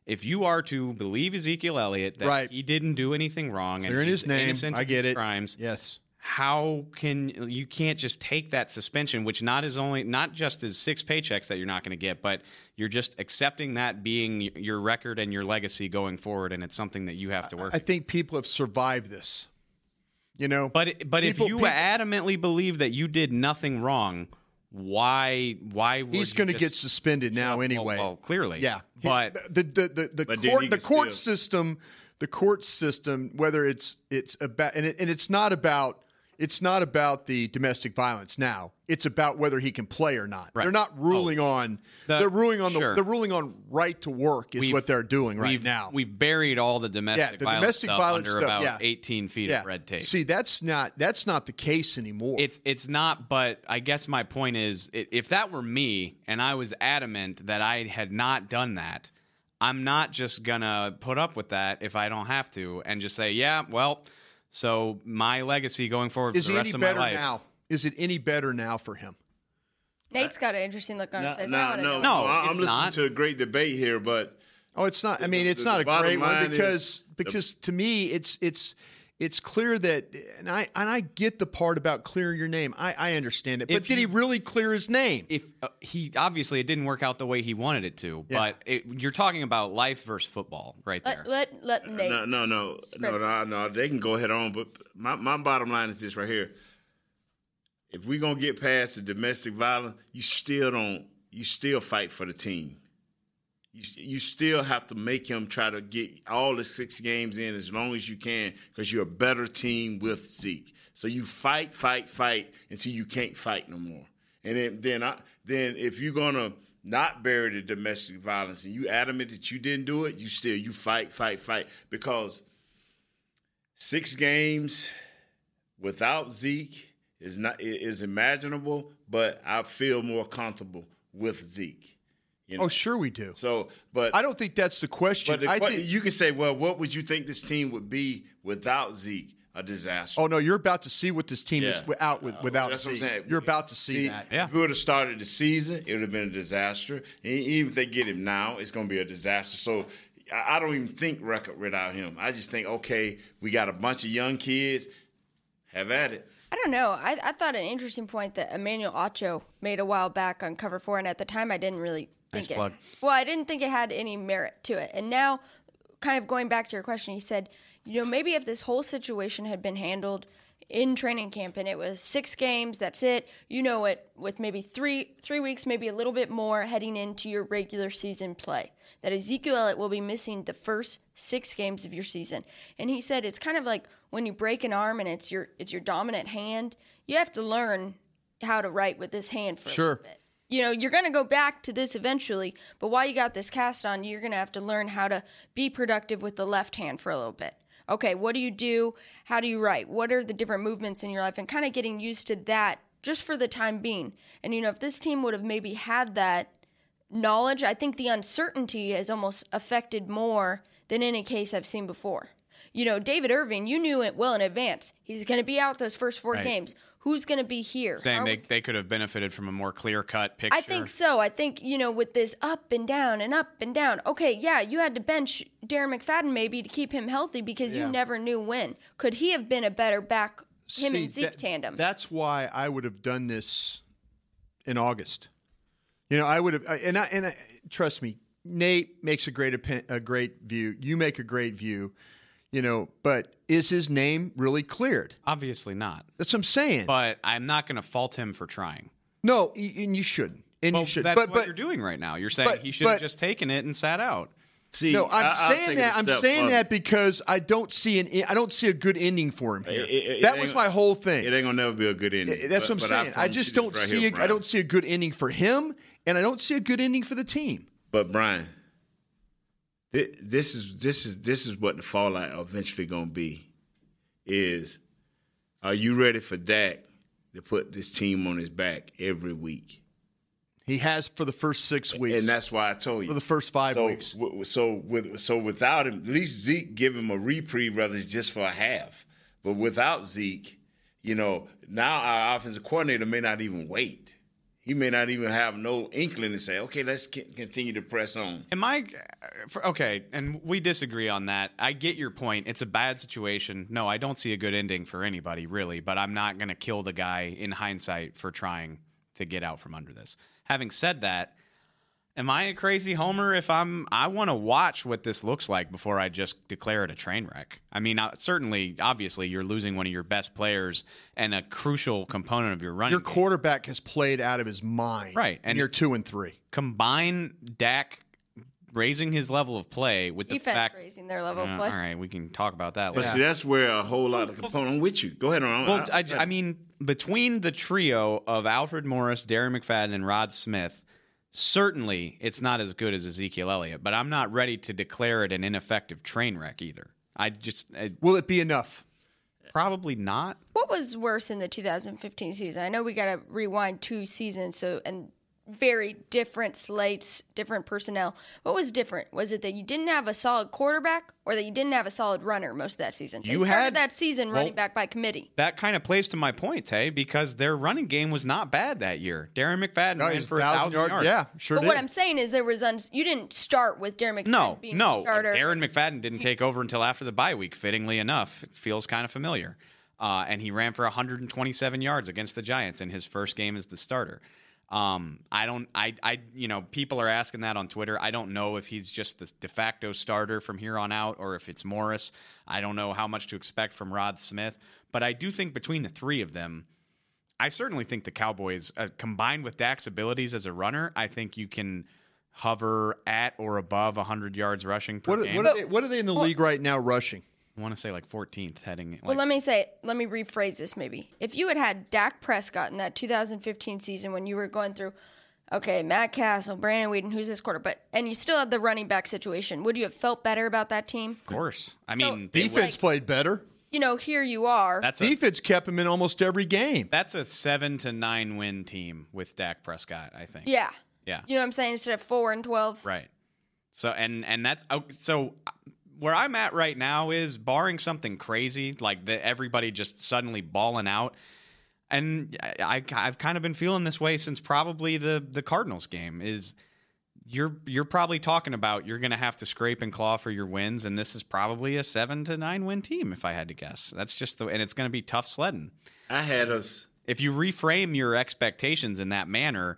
if you are to believe Ezekiel Elliott that
Right.
he didn't do anything wrong
Clearing
and
his
he's
name.
innocent
I
of
get
his
it.
crimes
yes
how can you can't just take that suspension which not is only not just is six paychecks that you're not going to get but you're just accepting that being y- your record and your legacy going forward and it's something that you have to work
I think people have survived this. You know,
but but
people-
if you
people-
adamantly believe that you did nothing wrong, why why would
he's
you
going to
just-
get suspended now anyway.
well, clearly.
yeah.
But
the the the, the
But did he
court the
get
court
still?
system, the court system, whether it's it's about and, it, and it's not about it's not about the domestic violence now. It's about whether he can play or not. They're not ruling on
Oh. The-
they're ruling on the
sure.
they're ruling on right to work is
We've-
what they're doing right
we've,
now.
We've buried all the domestic
the
violence
domestic
stuff
violence
under
stuff,
about
yeah.
18 feet
Yeah.
of red tape.
See, that's not that's not the case anymore.
It's it's not, but I guess my point is, i- if that were me and I was adamant that I had not done that, I'm not just gonna put up with that if I don't have to, and just say, yeah, well, so my legacy going forward
is it
for the
any
rest of my
better
life.
now? Is it any better now for him?
Nate's got an interesting look on his face. I
no,
wanna
no,
know.
I- I'm listening to a great debate here, but
Oh, it's not. I mean, it's
the
not a
bottom
great one
line
because
is-
because to me, it's it's it's clear that, and I and I get the part about clearing your name. I I understand it, but
If
did he
you-
really clear his name?
if uh, he obviously it didn't work out the way he wanted it to,
Yeah.
but it, you're talking about life versus football right there.
Let let, let Nate.
No, no, no, no,
Spreads
no, no. They can go ahead on, but my, my bottom line is this right here. If we're gonna get past the domestic violence, you still don't. You still fight for the team. You, you still have to make him try to get all the six games in as long as you can because you're a better team with Zeke. So you fight, fight, fight until you can't fight no more. And then then I, then if you're gonna not bury the domestic violence and you adamant that you didn't do it, you still you fight, fight, fight because six games without Zeke is not i- is imaginable, but I feel more comfortable with Zeke. You know?
Oh, sure we do.
So, but
I don't think that's the question.
but the
I
que-
think
you can say, well, what would you think this team would be without Zeke? a disaster.
Oh no, you're about to see what this team is
Yeah. Uh,
without with without.
That's what I'm
seeing.
saying.
You're about to see, that.
If we would have started the season, it would have been a disaster. And even if they get him now, it's going to be a disaster. So I I don't even think record without him. I just think, okay, we got a bunch of young kids. Have at it.
I don't know. I, I thought an interesting point that Emmanuel Acho made a while back on Cover Four, and at the time I didn't really
Nice
think it.
plug.
Well, I didn't think it had any merit to it, and now, kind of going back to your question, he said, you know, maybe if this whole situation had been handled in training camp and it was six games, that's it. You know it with maybe three three weeks, maybe a little bit more heading into your regular season play. That Ezekiel Elliott will be missing the first six games of your season. And he said it's kind of like when you break an arm and it's your it's your dominant hand, you have to learn how to write with this hand for a
Sure.
you know you're going to go back to this eventually but while you got this cast on you're going to have to learn how to be productive with the left hand for a little bit okay what do you do how do you write what are the different movements in your life and kind of getting used to that just for the time being and you know if this team would have maybe had that knowledge i think the uncertainty has almost affected more than any case i've seen before you know david irving you knew it well in advance he's going to be out those first four
Right.
games who's going to be here How
Saying
are
they, they could have benefited from a more clear cut picture.
I think so. I think, you know, with this up and down and up and down, okay, yeah, you had to bench Darren McFadden maybe to keep him healthy because
Yeah.
you never knew when. Could he have been a better back, him
See,
and Zeke
that-
tandem?
That's why I would have done this in August. You know, I would have, and I, and I, trust me, Nate makes a great opi- a great view. You make a great view. You know, but is his name really cleared?
Obviously not.
That's what I'm saying.
But I'm not going to fault him for trying.
No, y- and you shouldn't. And you should.
That's
but
what
but
you're doing right now. You're saying
but-
he should have
but-
just taken it and sat out.
See,
no, I'm
I- I'll take
saying
it a
that. I'm
step
saying
further.
that because I don't see an I don't see a good ending for him here.
It- it- it
that
ain't
was
gonna-
my whole thing.
It ain't gonna never be a good ending.
Yeah, Eh, That's
But-
what
but
I'm saying. I,
promise
just
you
don't
this right
see. a,
here,
I
Brian.
don't see a good ending for him, and I don't see a good ending for the team.
But Brian, thi- this is this is this is what the fallout eventually gonna be. Is are you ready for Dak to put this team on his back every week?
He has for the first six weeks,
and that's why I told you
for the first five
so,
weeks.
w- so with so without him, at least Zeke give him a reprieve, whether it's just for a half. But without Zeke, you know, now our offensive coordinator may not even wait. He may not even have no inkling to say, okay, let's c- continue to press on.
Am I for, okay? And we disagree on that. I get your point. It's a bad situation. No, I don't see a good ending for anybody, really. But I'm not going to kill the guy in hindsight for trying to get out from under this. Having said that, am I a crazy homer if I'm? I want to watch what this looks like before I just declare it a train wreck. I mean, I- certainly, obviously, you're losing one of your best players and a crucial component of your running.
Your quarterback has played out of his mind,
Right,
And
and-
you're two and three.
combine Dak raising his level of play with the
Defense
fact
raising their level of
Uh,
play.
All right, we can talk about that.
But
later.
see, that's where a whole lot of component. I'm with you. Go ahead, on.
uh,
well, I, I mean, between the trio of Alfred Morris, Darren McFadden, and Rod Smith, certainly it's not as good as Ezekiel Elliott. But I'm not ready to declare it an ineffective train wreck either. I just I,
Will it be enough?
probably not.
What was worse in the 2015 season? I know we got to rewind two seasons, so and very different slates, different personnel. What was different? Was it that you didn't have a solid quarterback, or that you didn't have a solid runner most of that season? They
You
started
had-
that season running
Well-
back by committee.
That kind of plays to my point, Tay, because their running game was not bad that year. Darren McFadden
No,
ran
he's
for a thousand
yard-
yards.
Yeah, sure
but
did.
what I'm saying is there was uns- you didn't start with Darren McFadden
No,
being
no. Uh,
the starter.
Darren McFadden didn't take over until after the bye week. Fittingly enough, it feels kind of familiar. Uh, and he ran for 127 yards against the Giants in his first game as the starter. Um, I don't, I, I, you know, people are asking that on Twitter. I don't know if he's just the de facto starter from here on out or if it's Morris. I don't know how much to expect from Rod Smith, but I do think between the three of them, I certainly think the Cowboys, uh, combined with Dak's abilities as a runner, I think you can hover at or above 100 yards rushing per
what, are,
game.
what, are they, what are they in the
Well-
league right now rushing?
I want to say like 14th heading. Like,
Well, let me say, let me rephrase this maybe. If you had had Dak Prescott in that 2015 season when you were going through, okay, Matt Castle, Brandon Whedon, who's this quarter, but and you still had the running back situation, would you have felt better about that team?
of course. I
So,
mean, they-
Defense played better.
You know, here you are.
that's a,
Defense kept him in almost every game.
that's a seven to nine win team with Dak Prescott, I think.
yeah.
Yeah.
You know what I'm saying? Instead of four and twelve.
Right. So and and that's oh, so uh, where I'm at right now is barring something crazy, like the, everybody just suddenly balling out. And I, I, have kind of been feeling this way since probably the the Cardinals game is. You're you're probably talking about you're going to have to scrape and claw for your wins, and this is probably a seven to nine win team if I had to guess. That's just the and it's going to be tough sledding.
I had us
If you reframe your expectations in that manner,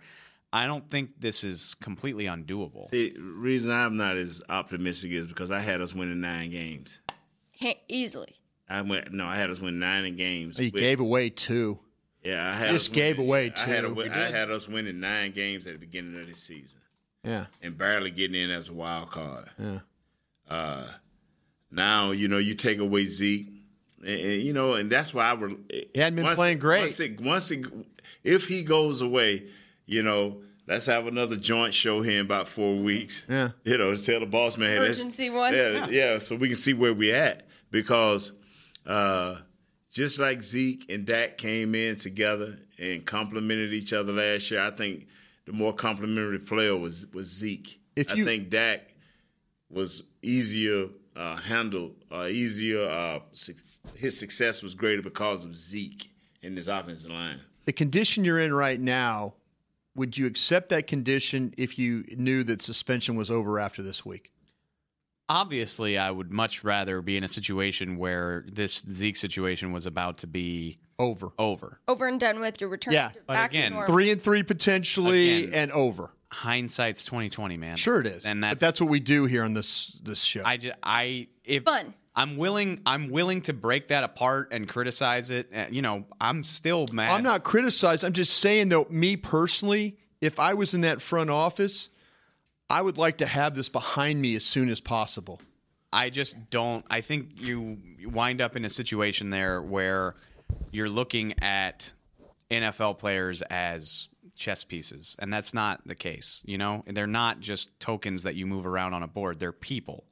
I don't think this is completely undoable.
The reason I'm not as optimistic is because I had us winning nine games.
Hey, easily.
I went no, I had us win nine games.
He
with-
Oh, gave away two.
Yeah, I had
Just
us
gave
winning-
away
I had, a-
two. We
I
did.
had us winning nine games at the beginning of the season
Yeah.
and barely getting in as a wild card.
Yeah.
Uh, now you know you take away Zeke, and, and, you know, and that's why I were. He
hadn't been playing great.
Once, it, once it, if he goes away, you know, let's have another joint show here in about four weeks.
Yeah.
you know, tell the boss man. hey, let's-
Emergency one.
Yeah, yeah, so we can see where we at because uh, just like Zeke and Dak came in together and complemented each other last year, I think the more complimentary player was was Zeke.
If
I
you-
think Dak was easier uh, handled, uh, easier. Uh, su- his success was greater because of Zeke and his offensive line.
The condition you're in right now, would you accept that condition if you knew that suspension was over after this week?
Obviously, I would much rather be in a situation where this Zeke situation was about to be
over.
Over.
Over and done with your return.
Yeah.
to-
But
back
again,
to normal.
Three and three potentially
Again.
and over.
Hindsight's twenty twenty, man.
Sure it is.
and
but that's what we do here on this this show.
I just I if
Fun.
I'm willing. I'm willing to break that apart and criticize it. Uh, You know, I'm still mad.
I'm not criticized. I'm just saying though, me personally, if I was in that front office, I would like to have this behind me as soon as possible.
I just don't. I think you you wind up in a situation there where you're looking at NFL players as chess pieces, and that's not the case. You know, they're not just tokens that you move around on a board, they're people.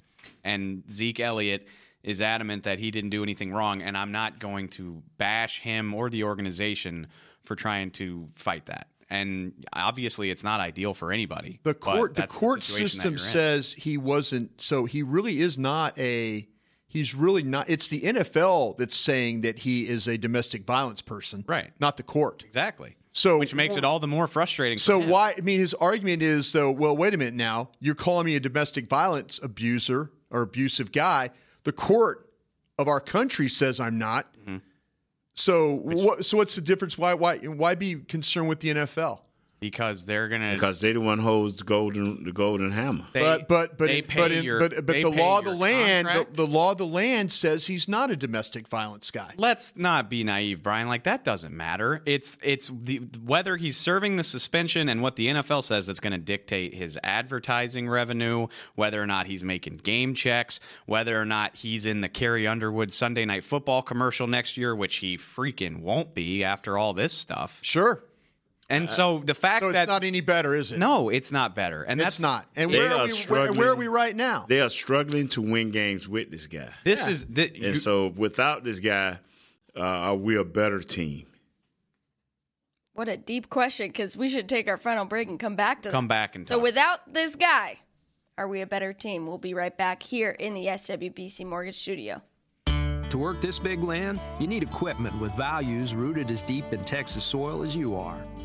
And Zeke Elliott is adamant that he didn't do anything wrong, and I'm not going to bash him or the organization for trying to fight that. And obviously, it's not ideal for anybody.
The
but
court the
that's
court
situation that
system
you're in.
says he wasn't so he really is not a he's really not it's the NFL that's saying that he is a domestic violence person.
Right.
Not the court.
exactly,
So
which makes it all the more frustrating. for
So
him.
why? I mean, his argument is though. Well, wait a minute. Now you're calling me a domestic violence abuser or abusive guy. The court of our country says I'm not.
Mm-hmm.
So what? So what's the difference? Why? Why? Why be concerned with the NFL?
Because they're gonna.
Because they the one holds the golden the golden hammer.
they,
but but but
they
but
pay
in-
your-
but, but
they
the
pay
law of the
your
land the,
contract.
the law of the land says he's not a domestic violence guy.
let's not be naive, Brian. Like that doesn't matter. It's it's the whether he's serving the suspension and what the NFL says that's going to dictate his advertising revenue, whether or not he's making game checks, whether or not he's in the Carrie Underwood Sunday Night Football commercial next year, which he freaking won't be after all this stuff.
Sure.
And so the
Uh,
fact
So it's
that
not any better, is it?
no, it's not better, and that's
it's not. And
They
where
are
are, we, where,
struggling.
where are we right now?
They are struggling to win games with this guy.
This is the,
And so without this guy, uh, are we a better team?
What a deep question because we should take our final break and come back to that.
come back and
So
talk.
without this guy, are we a better team? We'll be right back here in the SWBC Mortgage Studio.
To work this big land, you need equipment with values rooted as deep in Texas soil as you are.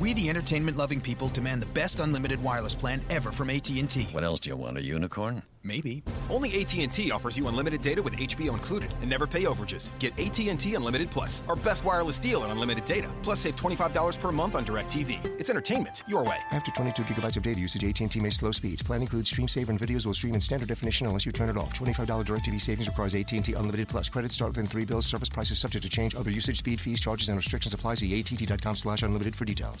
We, the entertainment-loving people, demand the best unlimited wireless plan ever from AT&T.
What else do you want? A unicorn?
Maybe.
Only AT&T offers you unlimited data with HBO included and never pay overages. Get AT&T Unlimited Plus, our best wireless deal and unlimited data. Plus save $25 per month on DirecTV. It's entertainment your way.
After 22 gigabytes of data usage, AT&T may slow speeds. Plan includes stream saver and videos will stream in standard definition unless you turn it off. $25 DirecTV savings requires AT&T Unlimited Plus. Credit start within three bills. Service prices subject to change. Other usage, speed, fees, charges, and restrictions apply. See att.com slash unlimited for details.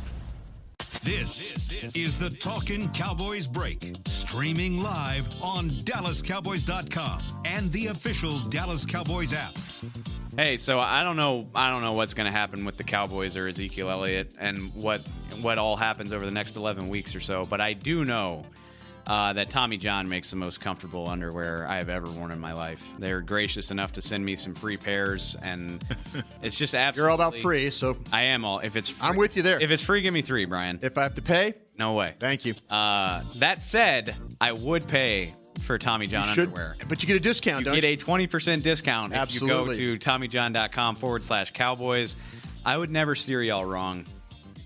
This is the Talkin' Cowboys Break, streaming live on DallasCowboys.com and the official Dallas Cowboys app.
Hey, so I don't know. I don't know what's going to happen with the Cowboys or Ezekiel Elliott, and what what all happens over the next eleven weeks or so. But I do know uh, that Tommy John makes the most comfortable underwear I have ever worn in my life. They're gracious enough to send me some free pairs, and it's just absolutely.
You're all about free, so
I am all. If it's, free,
I'm with you there.
If it's free, give me three, Brian.
If I have to pay,
no way.
Thank you.
Uh, that said, I would pay for Tommy John
You should,
underwear.
But you get a discount,
You
don't
get
you?
a 20% discount if
Absolutely.
you go to TommyJohn.com forward slash Cowboys. I would never steer y'all wrong.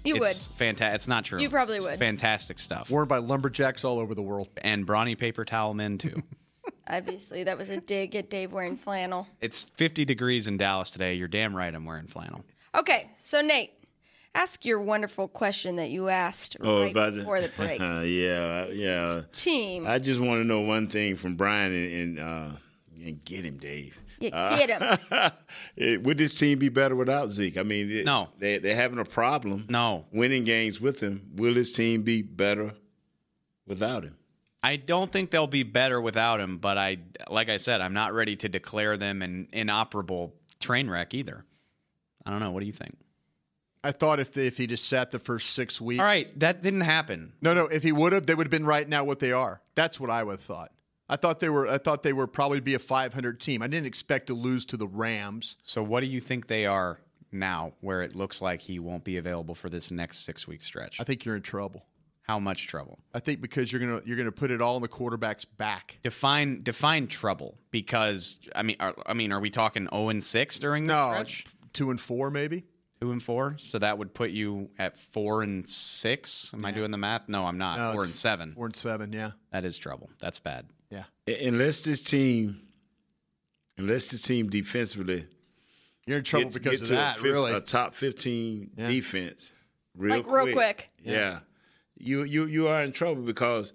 You
it's Fantastic. It's not true.
You probably
It's
would.
Fantastic stuff.
Worn by lumberjacks all over the world.
And brawny paper towel men, too.
Obviously, that was a dig at Dave wearing flannel.
it's 50 degrees in Dallas today. You're damn right I'm wearing flannel.
Okay, so Nate, ask your wonderful question that you asked right before the break.
Oh, yeah, yeah.
team.
I just want to know one thing from Brian and and, uh, and get him, Dave.
Yeah,
Uh,
get him.
it- would this team be better without Zeke? I mean, it-
No.
they, they're having a problem.
No,
winning games with him. Will this team be better without him?
I don't think they'll be better without him, but I, like I said, I'm not ready to declare them an inoperable train wreck either. I don't know. What do you think?
I thought if if he just sat the first six weeks.
All right, that didn't happen.
No, no. If he would have, they would have been right now what they are. That's what I would have thought. I thought they were. I thought they were probably be a 500 team. I didn't expect to lose to the Rams.
So, what do you think they are now, where it looks like he won't be available for this next six week stretch?
I think you're in trouble.
How much trouble?
I think because you're gonna you're gonna put it all on the quarterback's back.
Define define trouble, because I mean, are, I mean, are we talking zero and six during this
No,
stretch?
Two and four, maybe.
Two and four, so that would put you at four and six. Am I doing the math? No, I'm not.
No,
four
it's
and seven.
Four and seven. Yeah.
That is trouble. That's bad.
Yeah.
U- Unless this team, unless this team defensively,
you're in trouble because of that, really.
a top fifteen defense, real
Like, real quick.
Yeah. you you you are in trouble because,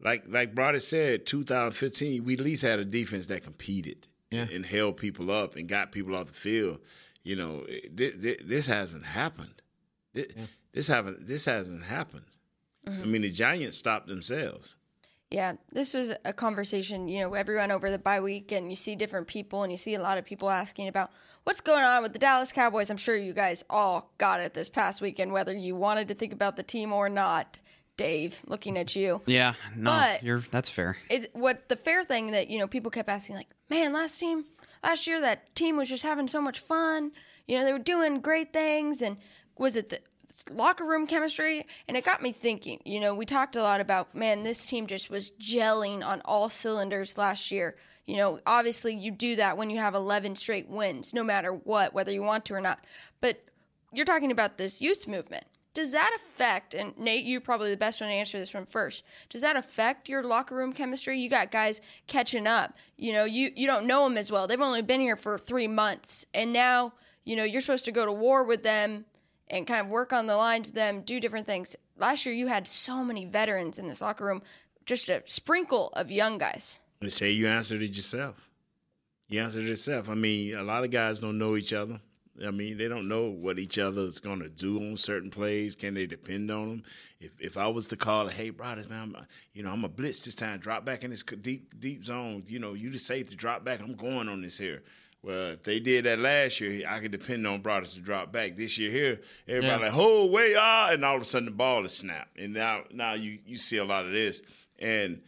like like Brody said, 2015, we at least had a defense that competed
Yeah.
and held people up and got people off the field. You know, it- thi- thi- this hasn't happened. Thi- This haven't this hasn't happened. I
Mhm.
mean, the Giants stopped themselves.
Yeah, this was a conversation, you know, everyone over the bye week, and you see different people, and you see a lot of people asking about what's going on with the Dallas Cowboys. I'm sure you guys all got it this past weekend, whether you wanted to think about the team or not. Dave, looking at you.
Yeah, no,
But-
you're that's fair.
it what the fair thing that you know people kept asking like man last team last year that team was just having so much fun you know they were doing great things and was it the locker room chemistry and it got me thinking you know we talked a lot about man this team just was gelling on all cylinders last year you know obviously you do that when you have 11 straight wins no matter what whether you want to or not but you're talking about this youth movement. Does that affect, and Nate, you're probably the best one to answer this one first. Does that affect your locker room chemistry? You got guys catching up. You know, you, you don't know them as well. They've only been here for three months. And now, you know, you're supposed to go to war with them and kind of work on the lines with them, do different things. Last year, you had so many veterans in this locker room, just a sprinkle of young guys.
They say you answered it yourself. You answered it yourself. I mean, a lot of guys don't know each other. I mean, they don't know what each other is going to do on certain plays. Can they depend on them? If if I was to call, hey, brothers, man, I'm, you know, I'm a blitz this time. Drop back in this deep deep zone. You know, you just say to drop back. I'm going on this here. Well, if they did that last year, I could depend on brothers to drop back. This year here, everybody
Yeah.
like, oh, way ah, and all of a sudden the ball is snapped. And now now you you see a lot of this. And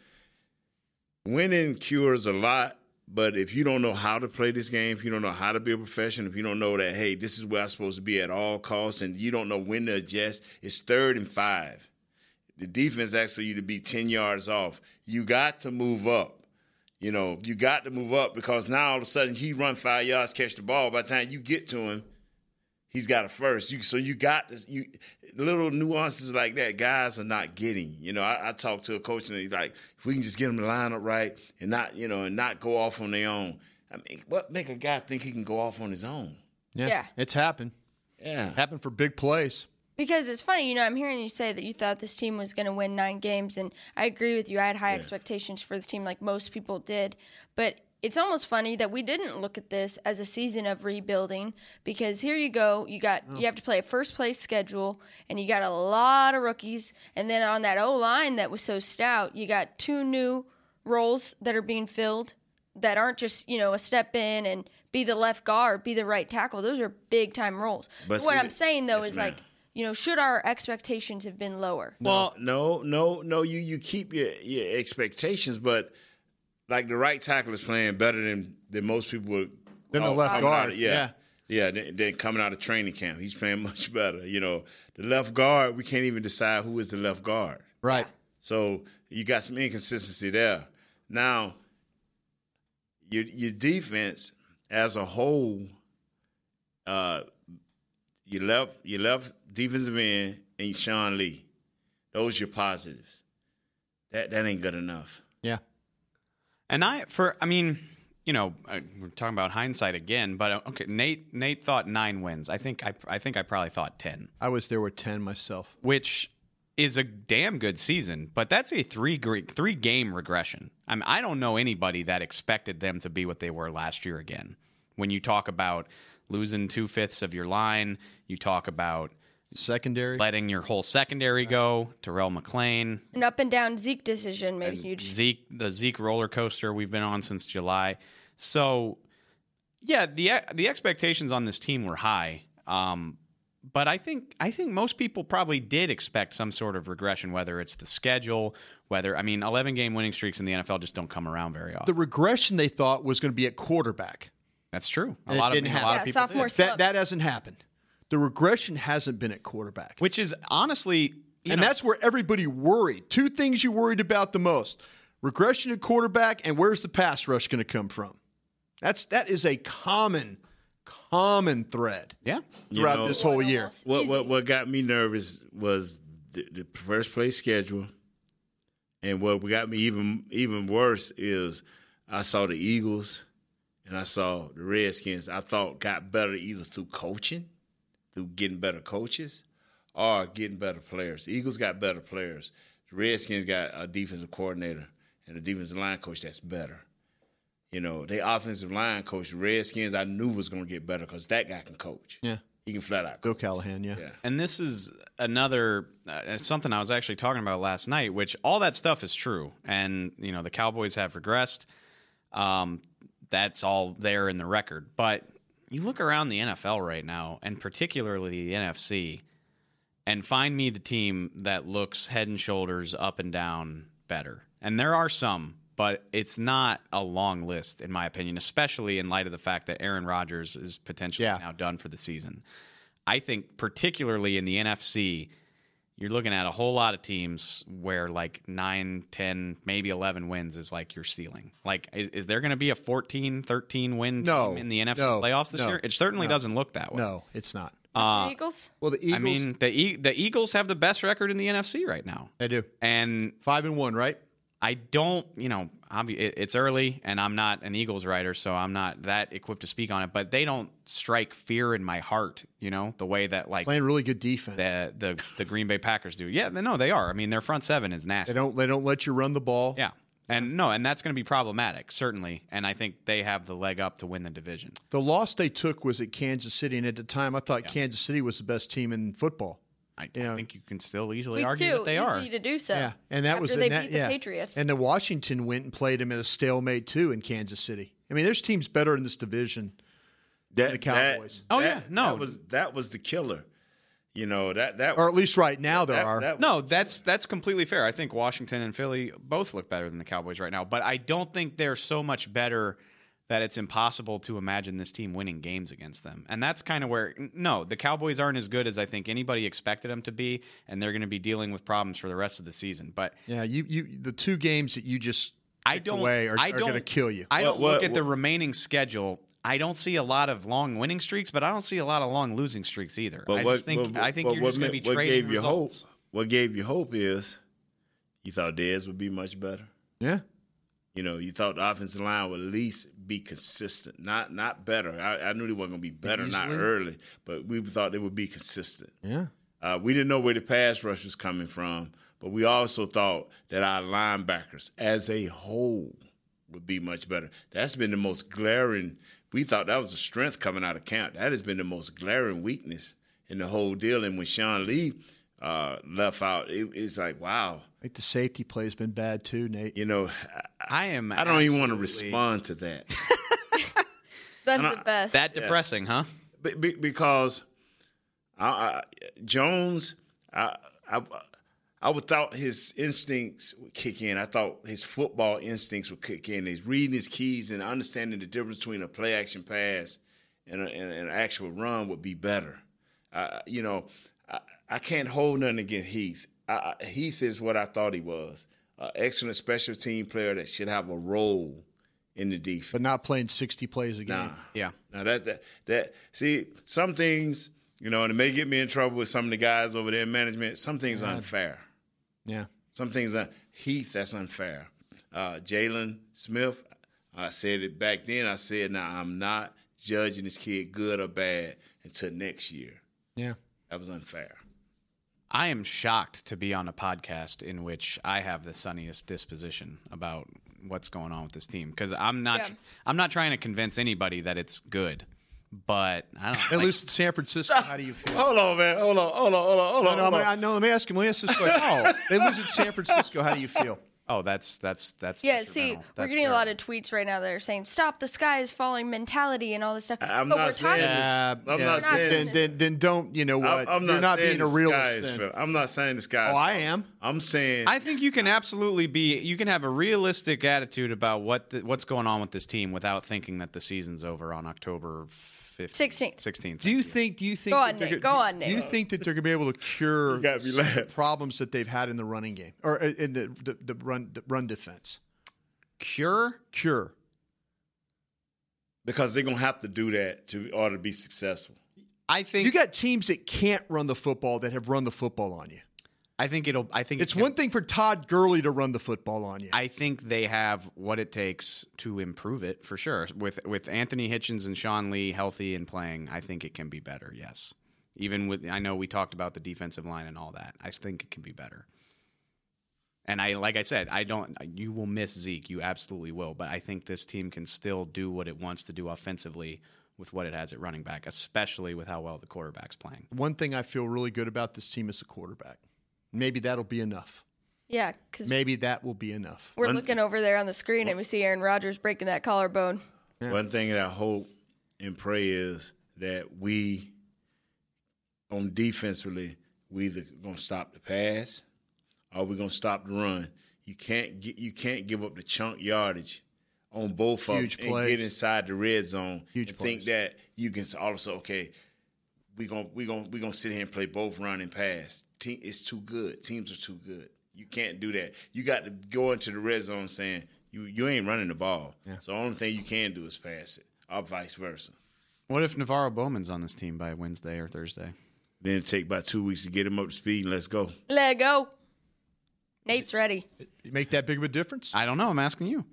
winning cures a lot but if you don't know how to play this game if you don't know how to be a professional if you don't know that hey this is where i'm supposed to be at all costs and you don't know when to adjust it's third and five the defense asks for you to be 10 yards off you got to move up you know you got to move up because now all of a sudden he run five yards catch the ball by the time you get to him he's got a first. You so you got this you little nuances like that guys are not getting. You know, I, I talked to a coach and he's like, if we can just get them to line up right and not, you know, and not go off on their own. I mean, what make a guy think he can go off on his own?
Yeah. It's happened.
Yeah.
Happened for big plays.
Because it's funny, you know, I'm hearing you say that you thought this team was going to win nine games, and I agree with you. I had high expectations for this team, like most people did. But it's almost funny that we didn't look at this as a season of rebuilding because here you go, you got
Mm.
you have to play a first place schedule, and you got a lot of rookies, and then on that O line that was so stout, you got two new roles that are being filled that aren't just you know a step in and be the left guard, be the right tackle. Those are big time roles.
But
what
see-
I'm saying though
Yes,
is
ma'am.
like you know, should our expectations have been lower?
Well, no, no, no. You you keep your your expectations, but like the right tackle is playing better than than most people would.
Than the
oh,
left
coming out
guard,
of- yeah. Yeah, then, then coming out of training camp, he's playing much better. You know, the left guard, we can't even decide who is the left guard.
Right.
So you got some inconsistency there. Now, your your defense as a whole, uh, your left your left defensive end and Sean Lee, those your positives. That that ain't good enough.
Yeah.
And I for I mean, you know, I, we're talking about hindsight again, but uh, okay, Nate Nate thought 9 wins. I think I I think I probably thought 10,
I was there with 10 myself.
which is a damn good season, but that's a three gre- three game regression. I mean, I don't know anybody that expected them to be what they were last year again. When you talk about losing two fifths of your line, you talk about
secondary
letting your whole secondary go. Terrell McLean,
An up and down Zeke decision made a huge.
Zeke, the Zeke roller coaster we've been on since July. So, yeah, the e, the expectations on this team were high, um, but I think I think most people probably did expect some sort of regression, whether it's the schedule, whether I mean, eleven game winning streaks in the NFL just don't come around very often.
The regression they thought was going to be at quarterback.
That's true. A
And it
lot of,
didn't
I mean, a
happen.
lot of people did.
that, that hasn't happened. The regression hasn't been at quarterback.
Which is honestly.
and that's where everybody worried. Two things you worried about the most regression at quarterback, and where's the pass rush going to come from? That's That is a common, common thread.
Yeah.
You
Throughout
know,
this whole year.
What what what got me nervous was the, the first place schedule, and what got me even even worse is I saw the Eagles and I saw the Redskins. I thought got better either through coaching, through getting better coaches, or getting better players. The Eagles got better players. The Redskins got a defensive coordinator and a defensive line coach that's better. You know, they offensive line coach, the Redskins, I knew was going to get better because that guy can coach.
Yeah.
He can flat out
Go Callahan, yeah.
And this is another uh, it's something I was actually talking about last night, which all that stuff is true. And you know, the Cowboys have regressed. Um, that's all there in the record. But you look around the NFL right now, and particularly the NFC, and find me the team that looks head and shoulders up and down better. And there are some, but it's not a long list, in my opinion, especially in light of the fact that Aaron Rodgers is potentially now done for the season. I think, particularly in the NFC, you're looking at a whole lot of teams where like 9 10 maybe 11 wins is like your ceiling like is, is there going to be a 14 13 win
No,
team in the nfc
no,
playoffs this
no,
year it certainly
no.
doesn't look that way
No, it's not.
Uh,
Eagles?
Well, the
I mean, the e- the Eagles have the best record in the NFC right now.
They do,
and
five and one, right?
I don't, you know, obvi- it, it's early, and I'm not an Eagles writer, so I'm not that equipped to speak on it. But they don't strike fear in my heart, you know, the way that like
Playing really good defense.
the the, the Green Bay Packers do. Yeah, no, they are. I mean, their front seven is nasty.
They don't they don't let you run the ball.
Yeah. And no, and that's going to be problematic, certainly. And I think they have the leg up to win the division.
The loss they took was at Kansas City, and at the time, I thought Kansas City was the best team in football.
I, think you can still easily
Week
argue
two,
that they
easy
are.
to do so.
Yeah, and that
after
was
they
and that-
beat the
yeah.
Patriots.
And the Washington went and played them at a stalemate too in Kansas City. I mean, there's teams better in this division.
That,
the Cowboys.
that-
Oh,
that-
yeah, no.
that was that was the killer. You know that that
or at least right now there
that-
are.
that-
No, that's that's completely fair. I think Washington and Philly both look better than the Cowboys right now, but I don't think they're so much better that it's impossible to imagine this team winning games against them. And that's kind of where no, the Cowboys aren't as good as I think anybody expected them to be, and they're going to be dealing with problems for the rest of the season. But
yeah, you you the two games that you just
I
kicked
don't.
away are,
I
going to
don't-
kill you.
I don't look at the remaining schedule I don't see a lot of long winning streaks, but I don't see a lot of long losing streaks either. I just think I think
but
you're
what
just going to be
meant- what
trading
gave you hope.
results.
What gave you hope is you thought Dez would be much better.
Yeah.
You know, you thought the offensive line would at least be consistent, not not better. I, I knew they weren't going to be better, not
Easily.
early, but we thought they would be consistent.
Yeah.
Uh, we didn't know where the pass rush was coming from, but we also thought that our linebackers as a whole would be much better. That's been the most glaring. We thought that was a strength coming out of camp. That has been the most glaring weakness in the whole deal. And when Sean Lee uh, left out, it, it's like, wow.
I think the safety play has been bad too, Nate.
You know,
I am.
I don't even want to
absolutely-
respond to that.
That's
And
the
I-
best.
That depressing, huh?
Be, be- because I, I, Jones, I, I, I would thought his instincts would kick in. I thought his football instincts would kick in. He's reading his keys and understanding the difference between a play action pass and, a, and an actual run would be better. I you know, I, I can't hold nothing against Heath. I, I- Heath is what I thought he was. An excellent special team player that should have a role in the defense.
But not playing 60 plays a game.
Nah. Yeah. Now that that that see some things, you know, and it may get me in trouble with some of the guys over there in management. Some things are
Yeah.
unfair.
Yeah.
Some things are Heath. That's unfair. Uh, Jalen Smith. I said it back then. I said now I'm not judging this kid good or bad until next year.
Yeah.
That was unfair.
I am shocked to be on a podcast in which I have the sunniest disposition about what's going on with this team because I'm not
Yeah.
I'm not trying to convince anybody that it's good, but I don't.
At least in San Francisco, how do you feel?
Hold on, man. Hold on. Hold on. Hold on. Hold
No,
on.
no,
Oh, hold
I'm-
on.
I- no, let me ask him. Let me ask this question. Oh, They lose at San Francisco. How do you feel?
Oh, that's that's that's
Yeah, see, we're
That's
getting a lot of tweets right now that are saying "Stop the sky is falling" mentality and all this stuff.
I'm
but
not
we're talking.
saying
Uh,
I'm
yeah,
not saying
then, then, then don't, you know what?
I'm, I'm
You're not
saying
being a
the sky is
realist. then.
fair. I'm not saying this guy.
Oh, I am.
I'm saying
I think you can absolutely be. You can have a realistic attitude about what the, what's going on with this team without thinking that the season's over on October 15th,
16th.
Do you think? Do you think?
Go
that
on,
they're
Nick.
gonna-
Go on,
Do you
Nick.
think that they're going to be able to cure some problems that they've had in the running game or uh, in the the, the run the run defense?
Cure.
Cure.
because they're gonna have to do that to in order to be successful.
I think
you got teams that can't run the football that have run the football on you.
I think it'll. I think
It's
it can-
one thing for Todd Gurley to run the football on you.
I think they have what it takes to improve it for sure. With with Anthony Hitchens and Sean Lee healthy and playing, I think it can be better. Yes, even with I know we talked about the defensive line and all that. I think it can be better. And I like I said, I don't. You will miss Zeke, you absolutely will. But I think this team can still do what it wants to do offensively with what it has at running back, especially with how well the quarterback's playing.
One thing I feel really good about this team is the quarterback. Maybe that'll be enough.
Yeah, because
Maybe that will be enough.
we're looking over there on the screen and we see Aaron Rodgers breaking that collarbone.
One thing that I hope and pray is that we, on defensively, we either gonna stop the pass or we gonna stop the run. You can't get you can't give up the chunk yardage on both of
Huge
them and
plays.
get inside the red zone.
Huge
and think that you can also okay. We gonna we gonna we gonna sit here and play both run and pass. Team, it's too good. Teams are too good. You can't do that. You got to go into the red zone saying you you ain't running the ball. So the only thing you can do is pass it, or vice versa.
What if Navarro Bowman's on this team by Wednesday or Thursday?
Then it take about two weeks to get him up to speed and let's go.
Let go. Nate's ready.
Make that big of a difference?
I don't know. I'm asking you.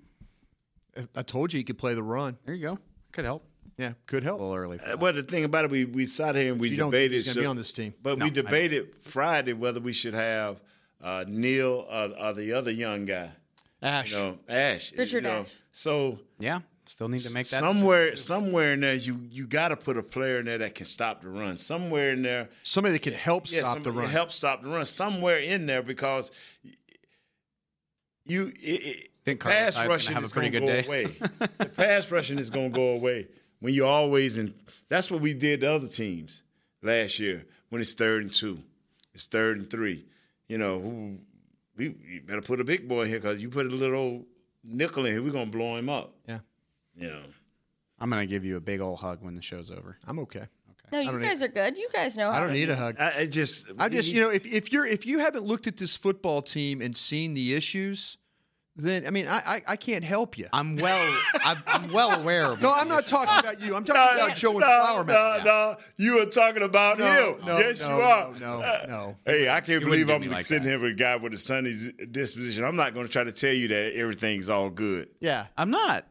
I told you he could play the run.
There you go. Could help.
Yeah, could help.
A little early.
Uh, Well, the thing about it, we we sat here and we
You don't think
debated.
he's gonna be on this team.
but
No, I
we
don't.
debated Friday whether we should have uh, Neil or, or the other young guy,
Ash.
You know, Ash,
Richard
you know.
Ash.
So
yeah, still need to make that
somewhere. Somewhere in there, you you got to put a player in there that can stop the run. Somewhere in there,
Somebody that can help
yeah,
stop the
somebody
run.
Help stop the run. Somewhere in there because you it, it,
Think Carlos
pass
Hyde's gonna
rushing
have a
is
pretty
going to go
good day.
away. the pass rushing is going to go away when you're always in. That's what we did to other teams last year when it's third and two, it's third and three. You know, who, we you better put a big boy in here because you put a little nickel in here, we're going to blow him up.
Yeah.
You know.
I'm gonna give you a big old hug when the show's over.
I'm okay.
No,
I
you
don't
guys are good. You guys know.
I
how
don't
to
need
do
a hug.
I, I just,
I just, you know, if, if you're if you haven't looked at this football team and seen the issues, then I mean I I, I can't help you.
I'm well I'm, I'm well aware of
No,
what
I'm
your
not talking about you. I'm talking
No,
about Joe and
no,
Flower
No,
Man.
no, you are talking about
No,
you.
no,
yes,
no,
you are.
no,
Uh,
no.
Hey, I can't
You wouldn't
believe
do
I'm
me like
sitting here with a guy with a sunny disposition. I'm not going to try to tell you that everything's all good.
Yeah.
I'm not.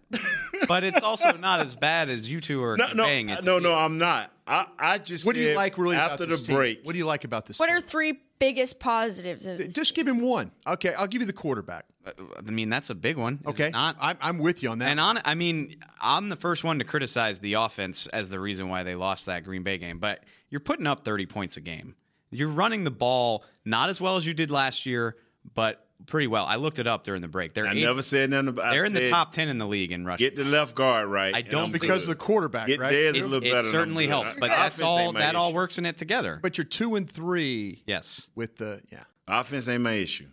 but it's also not as bad as you two are
No, no,
conveying it. to
no,
me.
no, I'm not. I, I just
What do you
said
like really about
after
this
the
team?
break?
What do you like about this?
What are three biggest positives of this?
Just give him one. Okay, I'll give you the quarterback.
I mean, that's a big one.
Okay,
not?
I'm, I'm with you on that.
And on, I mean, I'm the first one to criticize the offense as the reason why they lost that Green Bay game. But you're putting up 30 points a game. You're running the ball not as well as you did last year, but pretty well. I looked it up during the break. They're
I
eight-
never said nothing about. I
They're in the
said,
top 10 in the league in rushing.
Get the left guard right.
I
and
don't
I'm
think-
because of the quarterback,
Get
right?
theirs
It-
a little
it
better. than I'm
certainly
good.
helps,
I-
but
offense
that's all-
ain't my
that all
issue.
works in it together.
But you're two and three.
Yes.
With the yeah.
Offense ain't my issue.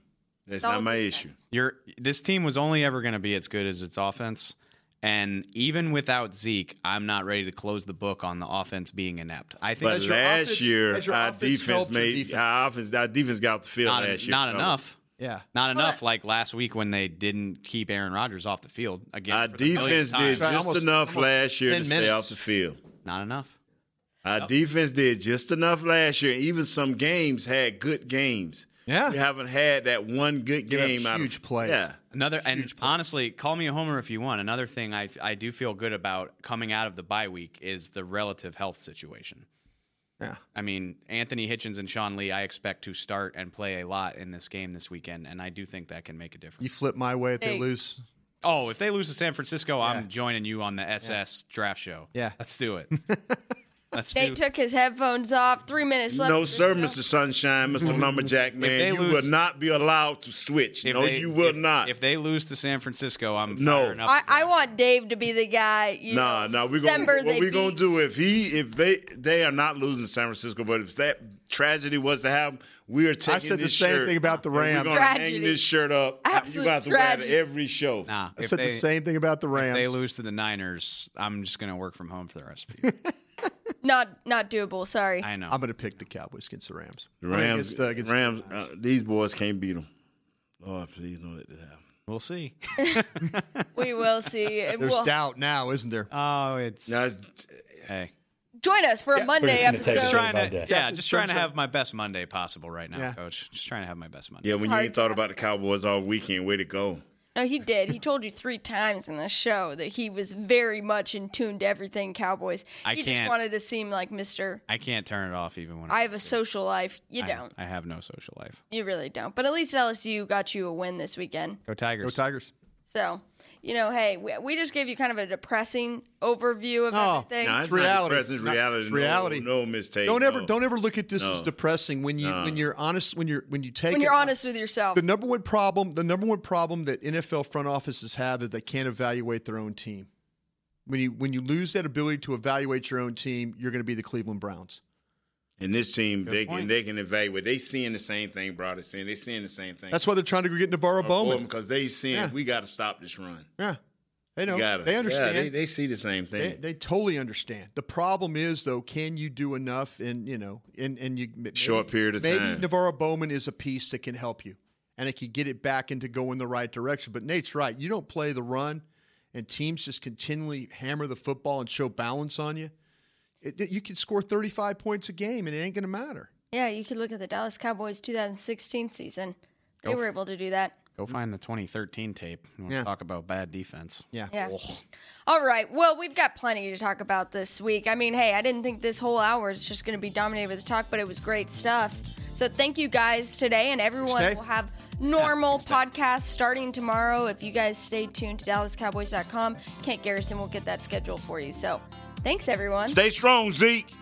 That's
All
not my issue.
You're, this team was only ever going to be as good as its offense. And even without Zeke, I'm not ready to close the book on the offense being inept. I think
But last year, our defense made our offense. Our defense got off the field
not,
last year.
not
fellas.
enough.
Yeah.
Not enough like last week when they didn't keep Aaron Rodgers off the field again.
Our
for the millionth
defense
time.
did just enough last year to stay off the field.
Not enough.
Our defense did just enough last year. Even some games had good games.
Yeah,
we haven't had that one good
Get up
game. out
huge
of,
play.
Yeah,
Another and honestly, call me a homer if you want. Another thing I I do feel good about coming out of the bye week is the relative health situation.
Yeah.
I mean, Anthony Hitchens and Sean Lee, I expect to start and play a lot in this game this weekend, and I do think that can make a difference.
You flip my way if they
Hey.
lose.
Oh, if they lose to San Francisco, I'm joining you on the SS draft show.
Yeah.
Let's do it. Let's
They
do
took his headphones off. Three minutes left.
no sir, Mister Sunshine, Mister Lumberjack
they
Man, you
lose-
will not be allowed to switch.
If
No,
they-
you will
if-
not.
If they lose to San Francisco, I'm
No.
firing up.
I, I want Dave to be the guy. You
Nah,
know,
nah. We're
December
gonna,
they
what we're gonna
beat-
do if he if they they are not losing San Francisco, but if that tragedy was to happen, we are taking.
said the
this
same
shirt
thing about the
and
Rams.
We're gonna
Tragedy.
hang this shirt up.
Absolute
you gonna have to
tragedy.
wear it every show.
Nah,
I
if
said the
they-
same thing about the
If
Rams.
they lose to the Niners, I'm just going to work from home for the rest of the year.
Not not doable. Sorry.
I know.
I'm going to pick the Cowboys against the Rams.
The
I mean,
Rams,
against the- against-
Rams. Uh, these boys can't beat them. Lord, please don't let this happen.
We'll see.
We will see. And
There's
we'll
doubt now, isn't there?
Oh, it's.
No, it's
hey.
join us for a Monday episode.
Just trying
day by
to,
day.
yeah, just trying to
Sunshine.
have my best Monday possible right now,
Yeah.
Coach. Just trying to have my best Monday.
Yeah, when you ain't thought about the Cowboys all weekend, way to go.
No, he did. He told you three times in the show that he was very much in tune to everything Cowboys.
I
he just
can't-
wanted to seem like Mister.
I can't turn it off even when
I have a social life. You
I-
don't.
I have no social life.
You really don't. But at least LSU got you a win this weekend.
Go Tigers. Go
Tigers.
So, you know, hey, we, we just gave you kind of a depressing overview of
Oh.
everything.
no, it's
reality.
Not depressing,
Not-
it's reality.
it's
No-
reality.
No, mistake.
Don't ever,
no.
don't ever look at this
No.
as depressing when you
No.
when you're honest when you're when you take
when
it-
you're honest with yourself.
The number one problem, the number one problem that NFL front offices have is they can't evaluate their own team. When you when you lose that ability to evaluate your own team, you're going to be the Cleveland Browns.
And this team,
Good
they
point.
can, they can evaluate. They seeing the same thing, Broad is seeing. They seeing the same thing.
That's why they're trying to go get Navarro Bowman.
because they seeing
Yeah.
we got to stop this run.
Yeah, they know.
We gotta-
They
yeah,
understand.
they, they see the same
They,
thing.
they totally understand. The problem is though, can you do enough in you know in and you maybe-
Short period of
Maybe
time.
Navarro Bowman is a piece that can help you, and it can get it back into going the right direction. But Nate's right. You don't play the run, and teams just continually hammer the football and show balance on you. It, it- you can score thirty five points a game, and it ain't going to matter.
yeah, you could look at the Dallas Cowboys 2016 season. They
Go
were
f-
able to do that.
Go find the 2013 tape. You want
Yeah.
to talk about bad defense?
Yeah.
Oh.
All right. Well, we've got plenty to talk about this week. I mean, hey, I didn't think this whole hour is just going to be dominated with talk, but it was great stuff. So thank you guys today, and everyone
Stay.
will have normal podcasts starting tomorrow. If you guys stay tuned to DallasCowboys.com, Kent Garrison will get that scheduled for you. So thanks, everyone.
Stay strong, Zeke.